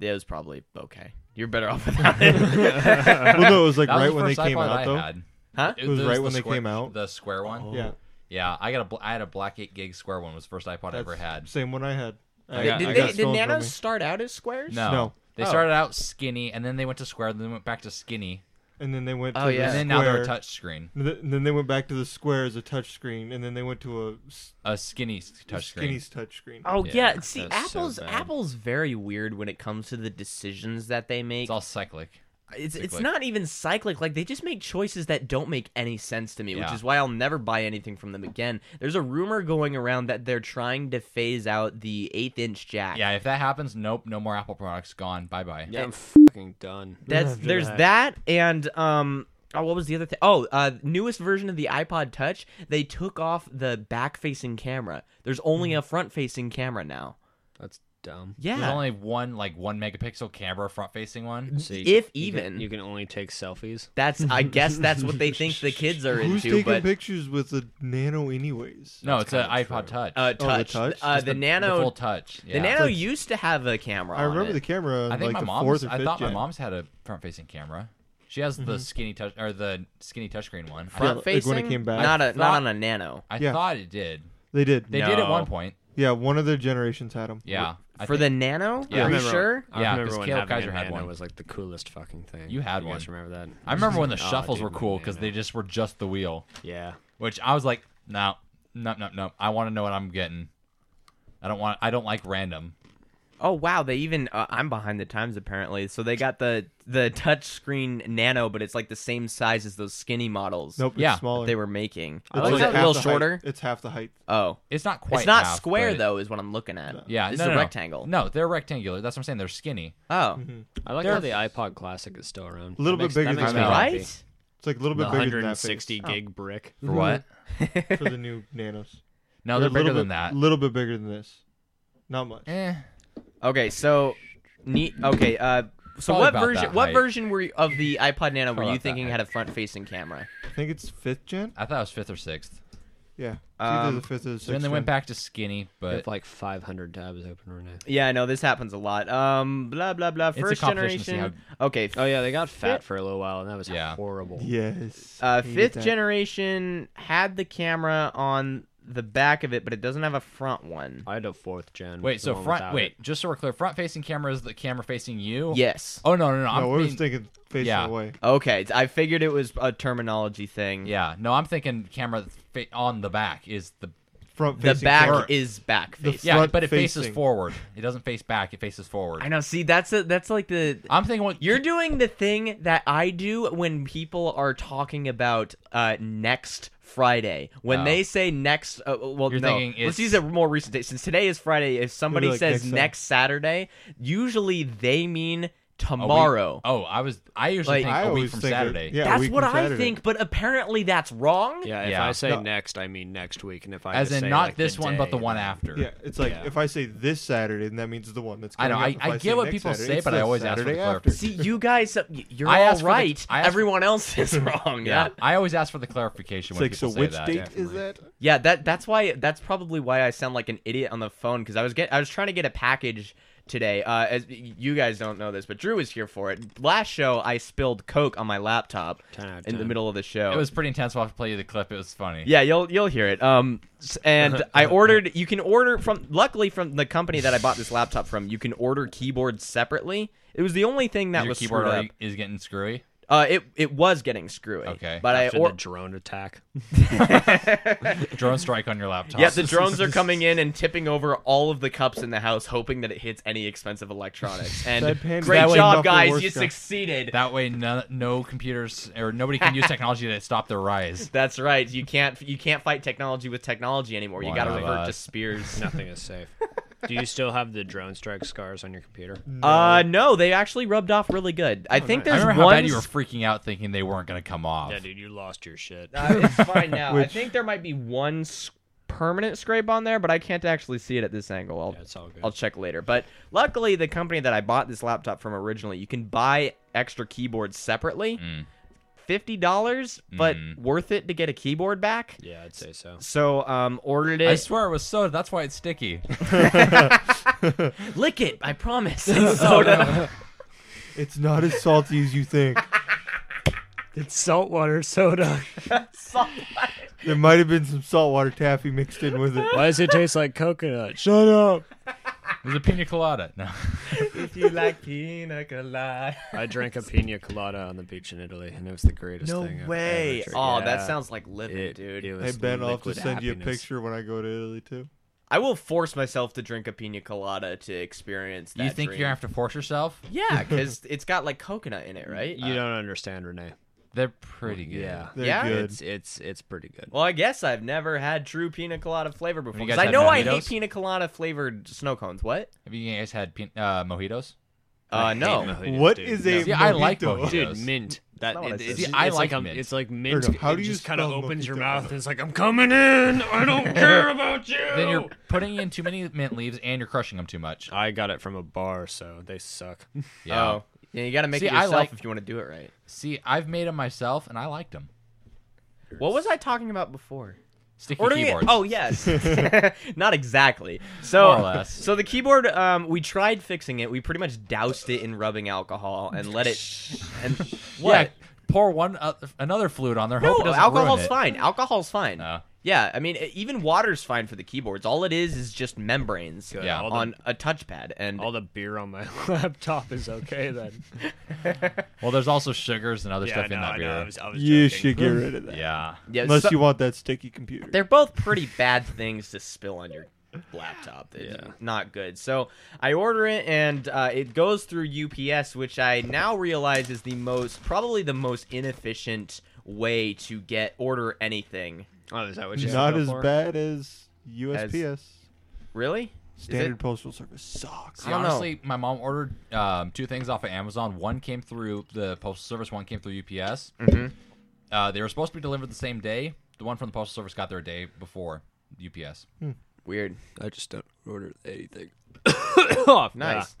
B: It was probably okay. You're better off
D: [laughs]
B: without it.
D: well, no, it was like
C: That was
D: right
C: the
D: when they
C: first
D: came
C: iPod
D: out
C: I
D: though.
C: had.
B: huh?
D: was
C: the-
D: right
C: the
D: when they
C: square-
D: came out.
C: The square one.
D: Yeah,
C: Yeah, I got a bl- I had a black eight gig square one. Was the first iPod I ever
D: that's
C: had.
D: Same one I had. I,
B: Did,
D: I
B: did they-
D: got
B: did
D: stolen from me.
B: nanos start out as squares?
C: No.
D: No.
C: They
B: Oh.
C: started out skinny, and then they went to square, then they went back to skinny,
D: And then they went.
B: Oh,
D: to
B: yeah.
D: The
C: and then now
D: square.
C: they're a touch screen,
D: And th- and then they went back to the square as a touch screen, and then they went to a s-
C: a skinny s- touch screen.
D: skinny s- touch screen.
B: Oh yeah.
C: Yeah,
B: See,
E: that's so
B: Apple's
E: bad.
B: Apple's very weird when it comes to the decisions that they make.
C: It's all cyclic.
B: it's it's
C: cyclic.
B: not even cyclic. Like they just make choices that don't make any sense to me, which
C: Yeah.
B: is why I'll never buy anything from them again. There's a rumor going around that they're trying to phase out the eighth inch jack.
C: Yeah, if that happens, nope, no more Apple products. Gone. Bye bye.
E: Yeah, I'm fucking done.
B: That's
E: After
B: there's that and um oh what was the other thing? Oh, uh newest version of the iPod Touch, they took off the back facing camera. There's only a front facing camera now.
E: That's dumb.
B: Yeah.
C: There's only one like one megapixel camera, front facing one.
E: So
B: If
E: you can-
B: even.
E: you can only take selfies.
B: [laughs] that's I guess that's what they think the kids are
D: Who's
B: into,
D: taking
B: but
D: pictures with the Nano, anyways?
C: No, it's an iPod Touch.
B: uh
D: Oh, the
B: touch,
D: Touch?
B: uh
D: Just
B: the,
D: the- the
C: the full
B: Nano
C: Touch.
B: the
C: yeah.
B: Nano used to have a camera
D: I
B: on
D: remember
B: it.
D: the camera. On
C: I think
D: like
C: my
D: the
C: mom's.
D: fourth or
C: I
D: fifth
C: thought my
D: gen. Mm-hmm.
C: mom's had a front facing camera. She has the skinny touch or the skinny touchscreen one. I,
D: Yeah,
B: Front
C: thought-
D: like when it
B: facing,
D: came back.
B: not a not
C: Thought-
B: on a nano.
C: I
D: Yeah.
C: thought it did.
D: They did.
C: They did at
E: No.
C: one point.
D: Yeah, one of their generations had them.
C: Yeah. I
B: For
C: think
B: the nano,
C: Yeah.
B: are you
E: Remember-
B: sure?
E: I
C: Yeah,
E: remember
C: 'cause
E: when
C: Caleb
E: having
C: Kaiser
E: a
C: had
E: Nano
C: one.
E: was like the coolest fucking thing.
C: You had
E: guys
C: one.
E: remember that?
C: I remember when the
E: [laughs] Oh,
C: shuffles
E: dude,
C: were cool because
E: Nano.
C: they just were just the wheel,
E: Yeah.
C: which I was like, no, no, no, no. I want to know what I'm getting. I don't want. I don't like random.
B: Oh wow, they even uh, I'm behind the times apparently. So they got the the touch screen nano, but it's like the same size as those skinny models.
D: Nope.
C: Yeah,
D: It's
B: that
D: smaller.
B: They were making.
D: It's
B: Is
C: like Oh, that.
B: it
D: half
B: a little
D: the height-
B: shorter.
D: It's half the height.
B: Oh,
C: It's not quite.
B: it's not
C: half,
B: square
C: but-
B: though, is what I'm looking at.
C: Yeah,
B: it's
C: no,
B: a
C: no, no.
B: rectangle.
C: No, they're rectangular. That's what I'm saying. They're skinny.
B: Oh,
D: Mm-hmm.
E: I like
C: They're-
E: how the iPod Classic is still around.
D: A little
E: That makes-
D: bit bigger
E: that
D: than
E: makes me
D: that.
E: happy.
B: right?
D: It's like a little
E: The
D: bit bigger than that face Oh.
E: 160 gig brick.
C: For what?
D: [laughs] for the new nanos.
C: No, they're
D: a little
C: bigger than
D: bit-
C: that.
D: little bit bigger than this. Not much.
C: Eh.
B: Okay, so neat. Okay, uh, so
C: Probably
B: what
C: about
B: version?
C: that
B: What
C: height.
B: version were you, of the iPod Nano were
C: Probably
B: you
C: about that
B: thinking
C: height.
B: had a front-facing camera?
D: I think it's fifth gen.
C: I thought it was fifth or sixth.
D: Yeah, it's
B: Um,
D: either the fifth or the sixth.
C: So then they
D: gen.
C: went back to skinny,
E: I
C: but
E: have like 500 tabs open right now.
B: Yeah, I know this happens a lot. Um, blah blah blah.
C: a
B: First
C: competition to see
B: generation. Okay.
E: Oh yeah, they got fat for a little while, and that was
C: Yeah.
E: horrible.
D: Yes.
B: Uh,
D: Hated
B: fifth
D: that.
B: generation had the camera on the back of it, but it doesn't have a front one.
E: I had a fourth gen.
C: wait. So
E: the one
C: front.
E: without
C: Wait,
E: it.
C: just so we're clear, front facing camera is the camera facing you.
B: Yes.
C: Oh no no no. I'm
D: No, I was
C: being-
D: thinking facing
C: yeah.
D: away.
B: Okay, I figured it was a terminology thing.
C: Yeah, no, I'm thinking camera fa- on the back is the
D: Front
B: The
D: facing.
B: back
D: camera.
B: is back
D: The
B: facing.
C: yeah,
D: Front
C: but it faces
D: facing.
C: forward. It doesn't face back. It faces forward.
B: I know. See, that's a, that's like the
C: I'm thinking what
B: You're doing the thing that I do when people are talking about uh, next Friday. When
C: Oh.
B: they say next, uh, well,
C: You're
B: no,
C: thinking
B: let's
C: it's-
B: use a more recent date. Since today is Friday, if somebody
D: like
B: says
D: next Saturday.
B: next Saturday, usually they mean
C: a week-
B: tomorrow.
C: Oh, I was. I usually
B: Like-
C: think
D: I
C: a week
D: always
C: from
D: think it-
C: Saturday.
D: yeah. a
B: That's
D: week
B: what
D: from
B: I
D: Saturday.
B: think, but apparently that's wrong.
E: Yeah, if
C: Yeah.
E: I say
D: No.
E: next, I mean next week, and if I
C: As
E: just
C: in
E: say,
C: not
E: like,
C: this
E: the
C: one, but the
E: day,
C: one
E: then-
C: after.
D: Yeah, it's like
E: Yeah.
D: if I say this Saturday, then that means the one that's.
C: I know, I-
D: coming up. If
C: I
D: say
C: get what
D: next
C: people
D: Saturday,
C: say,
D: it's
C: but
D: the
C: I always ask for
D: Saturday
C: clarification.
B: See, you guys, uh, you're
C: I
B: all
C: asked for the-
B: right.
C: I asked for-
B: Everyone else is wrong.
C: [laughs] Yeah,
B: Yeah.
C: I always ask for the clarification
D: It's
C: when
D: like so.
C: people
D: Which
C: say that.
D: date is
E: definitely.
D: that?
B: Yeah, that that's why that's probably why I sound like an idiot on the phone because I was get I was trying to get a package today. Uh, as you guys don't know this, but Drew is here for it. Last show, I spilled Coke on my laptop
E: Ten out of
B: in the
E: ten.
B: middle of the show.
C: It was pretty intense. I'll have to play you the clip. It was funny.
B: yeah, you'll you'll hear it. Um, s-
C: [laughs]
B: and I ordered. You can order from. Luckily, from the company that I bought this laptop from, you can order keyboards separately. It was the only thing that
C: Your
B: was
C: keyboard
B: screwed up.
C: already is getting screwy.
B: Uh, it it was getting screwy.
C: Okay.
B: but I
E: After
B: or-
E: the drone attack.
C: Drone strike on your laptop.
B: Yeah,
C: [laughs]
B: the drones are coming in and tipping over all of the cups in the house, hoping that it hits any expensive
C: [laughs]
B: electronics. And
D: That pan-
B: great
D: that way
B: job,
D: nothing
B: guys!
D: worse
B: You
D: goes.
B: succeeded.
C: That way, no, no computers or nobody
B: [laughs]
C: can use technology to stop their rise.
B: That's right. You can't you can't fight technology with technology anymore. You
C: Why
B: got to
C: not?
B: revert to
D: [laughs]
B: spears.
E: Nothing is safe. [laughs] Do you still have the drone strike scars on your computer?
B: Uh, no, they actually rubbed off really good. I think
C: I
B: there's
C: remember how
B: one.
C: bad you were freaking out thinking they weren't going to come off.
E: Yeah, dude, you lost your shit.
B: [laughs] Uh, it's fine now. I
D: Which-
B: think there might be one s- permanent scrape on there, but I can't actually see it at this angle. I'll,
E: Yeah, it's all good.
B: I'll check later. But luckily, the company that I bought this laptop from originally, you can buy extra keyboards separately. Fifty dollars, but worth it to get a keyboard back.
E: yeah, I'd say so.
B: So um, ordered it.
C: I swear it was soda. That's why it's sticky.
B: Lick it, I [laughs] promise. It's soda.
D: It's not as salty as you think.
E: It's saltwater soda.
D: There might have been some saltwater taffy mixed in with it.
E: Why does it taste like
B: [laughs]
E: coconut? Shut up.
C: It was a pina colada. [laughs] No.
B: if you like pina colada.
E: I drank a pina colada on the beach in Italy, and it was the greatest
B: No
E: thing. I've
B: way.
E: ever drank.
B: Oh, that
E: Yeah.
B: sounds like living,
E: It-
B: dude.
E: it
D: Hey
E: was
D: Ben, I'll have to
E: liquid
D: send you a
E: happiness.
D: picture when I go to Italy too.
B: I will force myself to drink a pina colada to experience that.
C: you think
B: dream.
C: you're going to have to force yourself?
B: Yeah, because it's got like uh, coconut in it, right?
E: You don't understand, Renee.
C: They're pretty good.
E: Yeah.
D: They're
B: Yeah?
D: good.
E: It's it's it's pretty good.
B: Well, I guess I've never had true pina colada flavor before.
C: you
B: 'cause
C: guys
B: I
C: had
B: know I hate
C: mojitos?
B: pina colada flavored snow cones. What?
C: Have you guys had pin- uh, mojitos?
B: Uh, no.
E: Mojitos,
D: What
E: dude.
D: is
E: No.
D: a
C: See, I like
D: mojito?
C: mojito.
E: Dude,
C: Yes.
E: mint. That
B: not what I
E: it,
B: said.
E: it's,
C: See,
E: it's
C: I
E: like
C: like
E: a,
C: mint.
E: it's like
D: There
E: mint.
D: you go. How
E: it
D: do you
E: just kind of
D: spell
E: opens your
D: mojito?
E: mouth and it's like I'm coming in.
B: [laughs]
E: I don't care about you.
C: Then you're putting in too many mint leaves and you're crushing them too much.
E: I got it from a bar, so they suck.
C: Yeah.
B: Oh, yeah. You got to make
C: See,
B: it
C: I
B: yourself
C: like-
B: if you want to do it right.
C: See, I've made them myself and I liked them.
B: What was I talking about before?
C: Sticky
B: Ordering it-
C: keyboards.
B: Oh
C: [laughs]
B: yes, [laughs] not exactly. So
C: More or less.
B: so the keyboard, um, we tried fixing it. We pretty much doused it in rubbing alcohol and let it.
C: [laughs]
B: And
C: yeah.
B: what?
C: Pour one uh, another fluid on there.
B: No,
C: hope it doesn't
B: alcohol's
C: ruin it. Uh.
B: fine. Alcohol's fine.
C: No.
B: Yeah, I mean, e- even water's fine for the keyboards. All it is is just membranes
E: Good.
C: Yeah.
E: All the,
B: on a touchpad, and
E: all the beer on my [laughs] laptop is okay then.
C: Well, there's also sugars and other
E: yeah, I
C: stuff
E: know,
C: in that
E: I
C: beer.
E: know. I was, I was
D: You
E: joking.
D: should get rid of that.
C: Yeah.
B: yeah,
D: Unless
B: so-
D: you want that sticky computer.
B: they're both pretty bad things to spill on your laptop. It's not good. So I order it, and uh, it goes through UPS, which I now realize is the most, probably the most inefficient way to get order anything.
E: [laughs] Oh, is that what you said
D: Not as
E: before? [laughs]
D: bad as USPS.
B: Really? Is it?
D: Standard Postal Service sucks.
C: See,
B: I don't know.
C: honestly, my mom ordered um, two things off of Amazon. One came through the postal service. One came through UPS.
B: Mhm.
C: Uh, they were supposed to be delivered the same day. The one from the postal service got there a day before UPS.
B: Weird.
F: I just don't order anything.
E: Off, yeah.
B: Nice.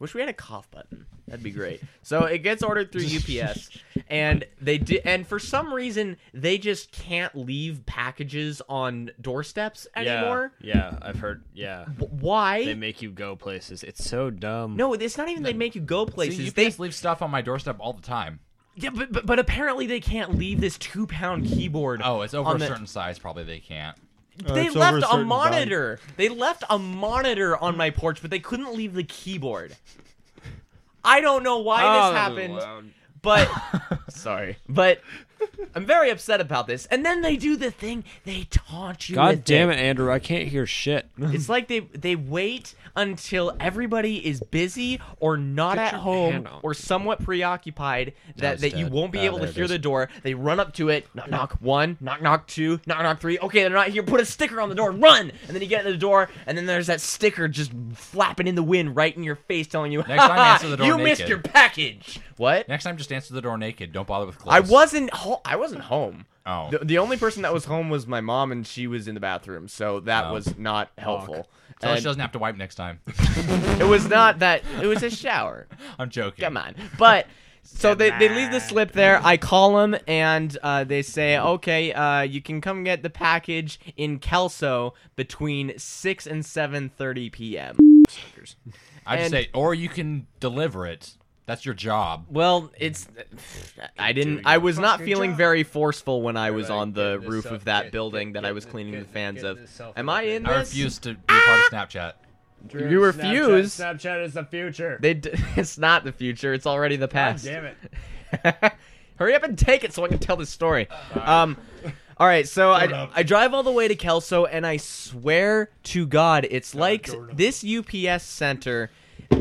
B: Wish we had a cough button. That'd be great. So it gets ordered through UPS, and they di- and for some reason they just can't leave packages on doorsteps anymore.
E: Yeah, yeah, I've heard. Yeah,
B: W- Why?
E: they make you go places. It's so dumb.
B: No, it's not even they make you go places.
C: See, UPS
B: they,
C: leaves stuff on my doorstep all the time.
B: yeah, but, but, but apparently they can't leave this two pound keyboard.
C: Oh, it's over
B: on
C: a
B: the-
C: certain size. Probably they can't.
D: Uh,
B: they
D: it's over
B: left
D: a
B: a,
D: certain
B: monitor. They left a monitor on my porch, but they couldn't leave the keyboard. I don't know why
E: Oh,
B: this happened, but sorry, but I'm very upset about this. And then they do the thing they taunt you.
E: God
B: with
E: damn it, Andrew! I can't hear shit.
B: It's like they they wait until everybody is busy or not
E: Get
B: at
E: your
B: home
E: hand on.
B: or somewhat preoccupied that,
C: it's
B: that you
C: dead.
B: won't be
C: Oh,
B: able to
C: there it
B: hear
C: is.
B: the door. They run up to it, knock knock one, knock knock two, knock knock three. Okay, they're not here. Put a sticker on the door. Run, and then you get in the door, and then there's that sticker just flapping in the wind right in your face, telling you,
C: Next time, answer the door
B: "You missed
C: naked."
B: your package." What?
C: Next time, just answer the door naked. Don't bother with clothes.
B: I wasn't. Ho- I wasn't home.
C: Oh.
B: The, the only person that was home was my mom, and she was in the bathroom, so that
C: Oh.
B: was not helpful.
C: So she
B: And-
C: doesn't have to wipe next [laughs] time.
B: it was not that. It was a shower.
F: [laughs]
C: I'm joking.
B: Come on. But so they, they leave the slip there. I call them and uh, they say, okay, uh, you can come get the package in Kelso between six and seven thirty p.m.
C: I just
B: And-
C: say, or you can deliver it. That's your job.
B: Well, it's I didn't. I was not feeling very forceful when I was on the
F: this
B: roof
F: up,
B: of that
F: get-
B: building
F: get-
B: that I
F: get
B: was
F: this-
B: cleaning
F: get-
B: the fans
F: get
B: of.
F: this self
B: Am I in
C: I
B: this?
C: refuse to be a part
B: Ah!
C: of Snapchat.
B: You refuse.
F: Snapchat, Snapchat is the future.
B: They d- [laughs] it's not the future. It's already the past.
F: Damn it.
B: [laughs] Hurry up and take it so I can tell this story. Um, all right, so I, I drive all the way to Kelso, and I swear to God, it's like this UPS center.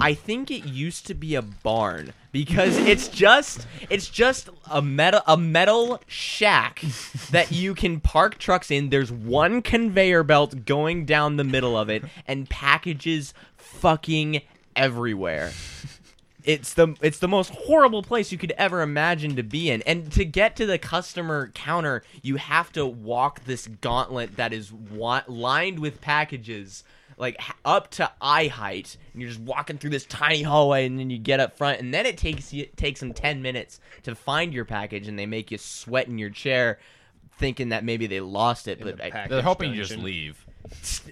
B: I think it used to be a barn because it's just it's just a metal a metal shack that you can park trucks in. There's one conveyor belt going down the middle of it, and packages fucking everywhere it's the it's the most horrible place you could ever imagine to be in. And to get to the customer counter, you have to walk this gauntlet that is wa- lined with packages like h- up to eye height and you're just walking through this tiny hallway and then you get up front and then it takes you it takes them 10 minutes to find your package and they make you sweat in your chair thinking that maybe they lost it but I,
C: They're hoping you just leave.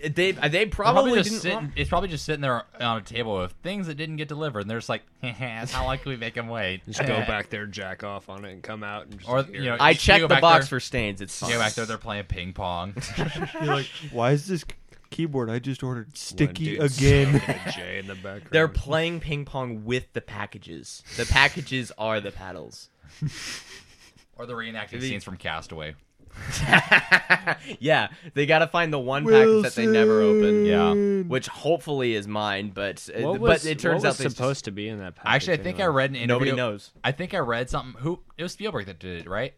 B: they they
C: They're
B: probably, didn't
C: just sitting,
B: want-
C: it's probably just sitting there on a table with things that didn't get delivered, and they're just like, [laughs] "That's how long can we make them wait?"
E: Just go back there, jack off on it, and come out and just
C: Or,
E: hear
C: you know,
E: it.
B: I
C: You
B: checked
C: go
B: the
C: back
B: box
C: there-
B: for stains it's
C: [laughs] Go back there. They're playing ping pong. [laughs]
D: You're like, why is this keyboard I just ordered
E: One
D: sticky
E: dude [laughs]
D: again?
E: smoking a J in the background.
B: They're playing ping pong with the packages. The packages are the
E: [laughs]
B: paddles.
C: or they're reenacting
B: The-
C: scenes from Castaway.
B: yeah, they gotta find the one package that they never open.
C: Yeah.
B: Which hopefully is mine, but uh,
E: What was,
B: but it turns
E: what was
B: out they just-
E: supposed to be in that package.
C: Actually, I think I
E: anyway?
C: read an interview.
B: nobody knows.
C: I think I read something. Who it was Spielberg that did it, right?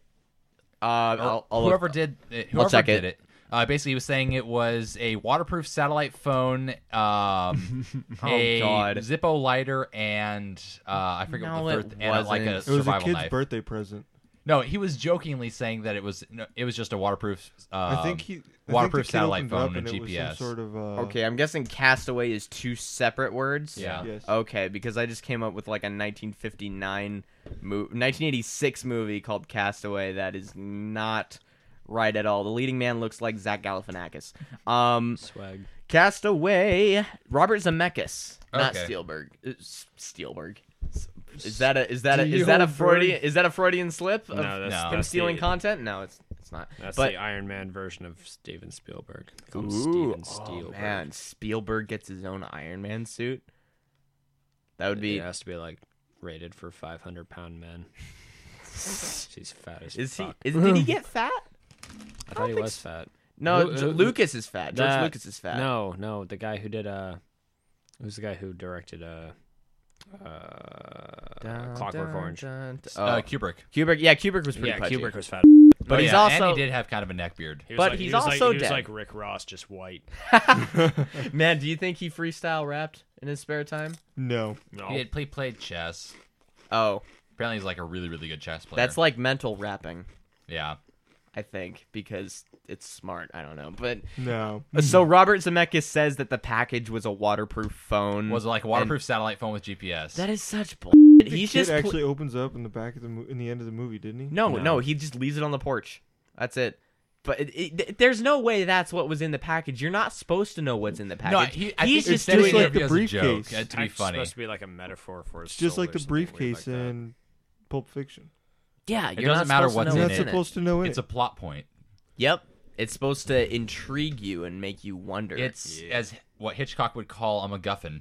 B: Uh, I'll, I'll
C: whoever did it, whoever
B: check
C: did
B: it.
C: it. Uh, basically, he was saying it was a waterproof satellite phone, um, a
B: God.
C: Zippo lighter, and uh, I forget
B: No,
C: what the
B: it
C: third and a- like a
B: wasn't.
D: It was a
C: survival
D: kid's
C: knife.
D: birthday present.
C: No, he was jokingly saying that it was no, it was just a waterproof. Um,
D: I think he I think the
C: waterproof
D: kid
C: satellite
D: opened it up
C: phone and,
D: it was some
C: GPS.
D: sort of, uh,
B: Okay, I'm guessing castaway is two separate words.
C: Yeah.
D: Yes.
B: Okay, because I just came up with like a 1959 mo- 1986 movie called Castaway that is not right at all. The leading man looks like Zach Galifianakis. Um,
E: Swag.
B: Castaway, Robert Zemeckis, not
C: Okay.
B: Spielberg. Uh, S- Spielberg. S- Is that a is that a is that a
D: Spielberg.
B: Freudian is that a Freudian slip of
E: No,
C: no.
E: that's, that's
B: him stealing
E: the,
B: content? No, it's it's not.
E: That's
B: but
E: the Iron Man version of Steven Spielberg.
B: Ooh,
E: Called
B: oh
E: Steven Spielberg.
B: man, Spielberg gets his own Iron Man suit. That would be.
E: It has to be like rated for 500
B: [laughs]
E: pound men. She's fat as
B: Is he?
E: fuck.
B: Is, [laughs] did he get fat?
E: I thought he
B: think
E: was
B: so.
E: fat.
B: No,
E: Lu-
B: J-
E: uh,
B: Lucas is fat. George
E: That-
B: Lucas is fat.
E: No, no, the guy who did uh, who's the guy who directed uh, uh
B: Dun,
E: Clockwork
B: dun,
E: Orange?
B: dun, dun.
C: Uh,
B: Oh,
C: Kubrick.
B: Kubrick. Yeah, Kubrick was pretty
E: yeah,
B: pudgy.
E: Kubrick was fat.
B: But
C: Oh,
B: he's
C: yeah,
B: also
C: and he did have kind of a neck beard.
E: He was
B: But
E: like- he
B: he's
E: was
B: also
E: like, he was
B: dead.
E: like Rick Ross, just white.
B: [laughs] man. Do you think he freestyle rapped in his spare time?
D: No.
E: No,
C: He had play, played chess.
B: Oh,
C: Apparently, he's like a really, really good chess player.
B: that's like mental rapping,
C: yeah.
B: I think, because it's smart. I don't know, but uh,
D: No.
B: so Robert Zemeckis says that the package was a waterproof phone.
C: Was it like a waterproof satellite phone with GPS?
B: Mm. That is such bull.
D: The
B: He's
D: kid
B: just pl-
D: actually opens up in the back of the mo- in the end of the movie, didn't he?
B: No, no, he just leaves it on the porch. That's it. But it, it, th- there's no way that's what was in the package. You're not supposed to know what's in the package.
C: no, he, I
B: he's
C: think
B: just
C: he's
B: doing
C: doing
D: just like
C: it
D: the
C: as a joke
D: briefcase.
C: uh, to be
E: It's
C: funny.
E: supposed to be like a metaphor for his
D: It's just
E: soul
D: like
E: or
D: the
E: something weird
D: briefcase
E: like that.
D: in Pulp Fiction.
B: yeah. You're not
C: doesn't matter
B: supposed to
C: what's
D: You're
B: know
C: in
D: not
B: what's
C: it.
B: in
D: supposed to know it.
C: It's a plot point.
B: Yep. It's supposed to intrigue you and make you wonder.
C: It's as what Hitchcock would call a MacGuffin.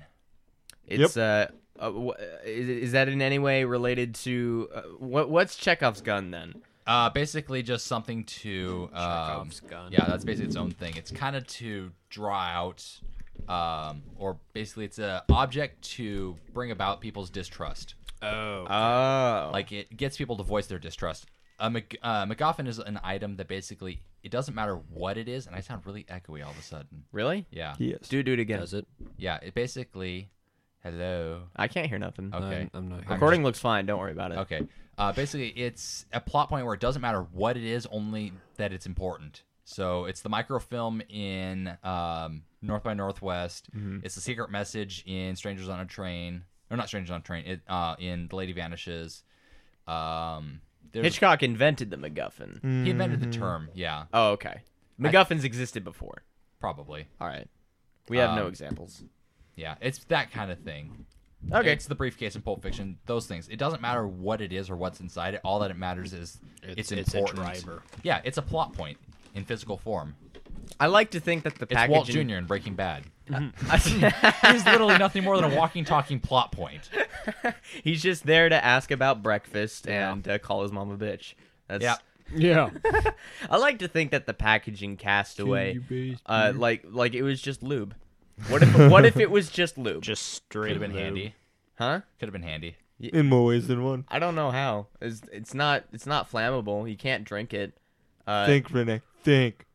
B: it's uh, uh wh- is, is that in any way related to uh, what what's Chekhov's gun then?
C: Uh, basically, just something to um,
E: Chekhov's gun.
C: yeah, that's basically its own thing. It's kind of to draw out, um, or basically, it's a object to bring about people's distrust.
E: Oh,
B: Oh.
C: Like it gets people to voice their distrust. A Mac- uh, MacGuffin is an item that basically it doesn't matter what it is, and I sound really echoey all of a sudden.
B: really?
C: Yeah,
D: Yes.
B: Do do it again.
E: does it?
C: yeah. It basically, hello.
B: I can't hear nothing.
C: Okay,
E: I'm not.
B: Recording looks fine. Don't worry about it.
C: Okay. Uh, basically, it's a plot point where it doesn't matter what it is, only that it's important. So it's the microfilm in um, North by Northwest.
E: Mm-hmm.
C: It's the secret message in Strangers on a Train, or not Strangers on a Train. It uh, in The Lady Vanishes. Um, there's-
B: Hitchcock invented the MacGuffin.
C: he invented the term. Yeah,
B: Oh, okay. MacGuffins existed before.
C: probably.
B: All right. We have no
C: Um,
B: examples.
C: Yeah, it's that kind of thing.
B: Okay.
C: It's the briefcase in Pulp Fiction. Those things. It doesn't matter what it is or what's inside it. All that it matters is it's,
E: It's- it's a
C: important.
E: driver.
C: Yeah, it's a plot point in physical form.
B: I like to think that the
C: It's
B: package.
C: Walt Jr. in Breaking Bad. [laughs]
B: Jr.
C: Mm-hmm. He's literally nothing more than a walking, talking plot point.
B: He's just there to ask about breakfast and uh, call his mom a bitch. That's,
C: Yeah.
E: Yeah.
B: I like to think that the packaging castaway, uh, like like it was just lube. What if what if it was just
C: [laughs]
B: lube?
E: Just straight.
C: Could have been
E: lube.
C: handy.
B: huh?
C: Could have been handy.
D: In more ways than one.
B: I don't know how. It's, it's not it's not flammable. You can't drink it. Uh,
D: think, Renee. Think.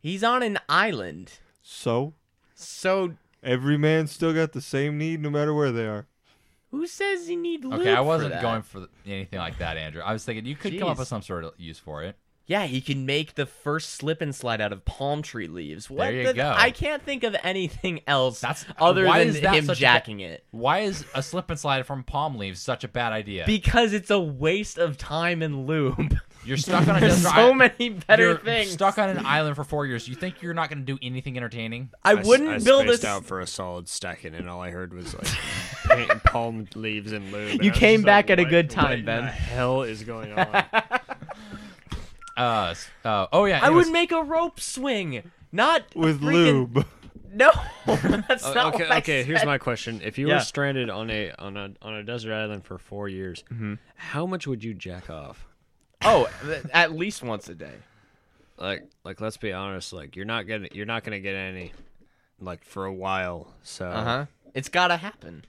B: He's on an island,
D: So
B: so
D: every man's still got the same need, no matter where they are.
B: who says you need lube?
C: Okay, I
B: for
C: wasn't
B: that?
C: going for th- anything like that, Andrew. I was thinking you could come
B: Jeez.
C: up with some sort of use for it.
B: Yeah, he can make the first slip and slide out of palm tree leaves. What
C: you
B: the,
C: go.
B: I can't think of anything [laughs] else
C: That's-
B: other
C: why
B: than
C: is that
B: him
C: such a-
B: jacking it.
C: Why is a slip and slide from palm leaves such a bad idea?
B: Because it's a waste of time and lube. [laughs]
C: You're stuck on a
B: There's
C: desert
B: so
C: island-
B: many better
C: You're
B: things.
C: Stuck on an island for four years. You think you're not going to do anything entertaining?
B: I
E: I s-
B: wouldn't
E: I
B: build
E: spaced
B: a.
E: out for a solid second, and all I heard
B: [laughs]
E: was like paint- palm leaves and lube. and
B: You
E: I was
B: came
E: just
B: back
E: like,
B: at a
E: what-
B: good time,
E: what
B: Ben.
E: The hell is
B: [laughs]
E: going on?
C: Uh, s- uh, oh yeah.
B: I
C: anyways,
B: would make a rope swing, not a
D: With
B: freaking-
D: lube.
B: [laughs] No, that's
E: Uh,
B: not
E: okay,
B: what I
E: okay. Here's
B: said.
E: my question: If you
B: Yeah.
E: were stranded on a on a on a desert island for four years,
B: Mm-hmm.
E: how much would you jack off?
B: Oh, th- at least once a day.
E: Like, like let's be honest. Like, you're not gonna you're not gonna get any, like for a while. So
B: Uh huh. It's gotta happen.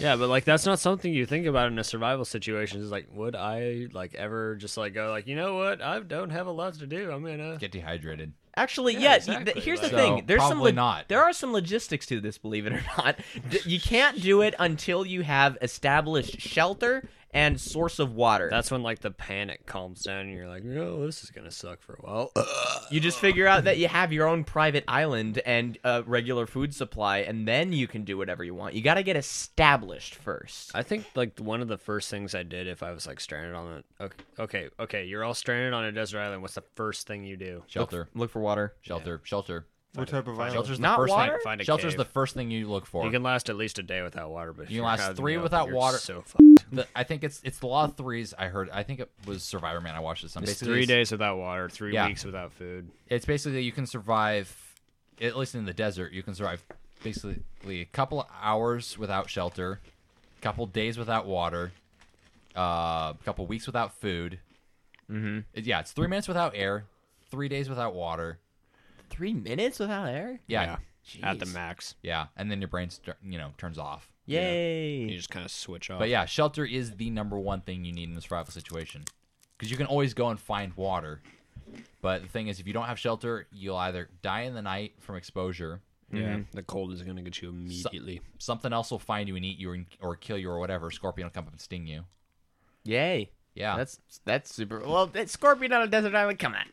E: yeah, but like that's not something you think about in a survival situation. It's like, would I like ever just like go like, you know what? I don't have a lot to do. I'm gonna.
C: get dehydrated.
B: Actually, yeah. th- th-
E: exactly,
B: here's the
C: like- So,
B: thing. There's some
C: probably
B: lo-
C: not.
B: There are some logistics [laughs] to this, believe it or not. D- you can't do it until you have established shelter and source of water.
E: That's when like the panic calms down and you're like, no, this is gonna suck for a while.
B: you just figure out that you have your own private island and a regular food supply, and then you can do whatever you want. You got to get established first.
E: I think like one of the first things I did if I was like stranded on a okay okay okay you're all stranded on a desert island. What's the first thing you do?
C: Shelter,
B: Look for water.
C: shelter, shelter.
D: What type of island?
C: Shelter's the
B: Not
C: first
B: water?
C: thing.
E: Find a
C: Shelter's
E: cave.
C: the first thing you look for.
E: You can last at least a day without water, but if
C: You
E: your
C: last
E: house
C: three
E: is up,
C: without
E: you're
C: water.
E: So f-
C: The- I think it's it's the law of threes. I heard. I think it was Survivor Man. I watched this.
E: it's three days without water, three
C: Yeah.
E: weeks without food.
C: It's basically you can survive, at least in the desert, you can survive basically a couple of hours without shelter, a couple days without water, uh, a couple weeks without food. Mm-hmm. Yeah, it's three minutes without air, three days without water.
B: Three minutes without air?
C: Yeah,
E: At the
B: Jeez.
E: max,
C: yeah, and then your brain st- you know turns off.
B: Yay.
E: you just kind of switch off.
C: But yeah, shelter is the number one thing you need in a survival situation. Because you can always go and find water. But the thing is, if you don't have shelter, you'll either die in the night from exposure,
E: yeah, the cold is gonna get you immediately.
C: something else will find you and eat you or, or kill you or whatever, scorpion will come up and sting you.
B: Yay.
C: Yeah.
B: That's that's super. Well, that scorpion on a desert island. Come on,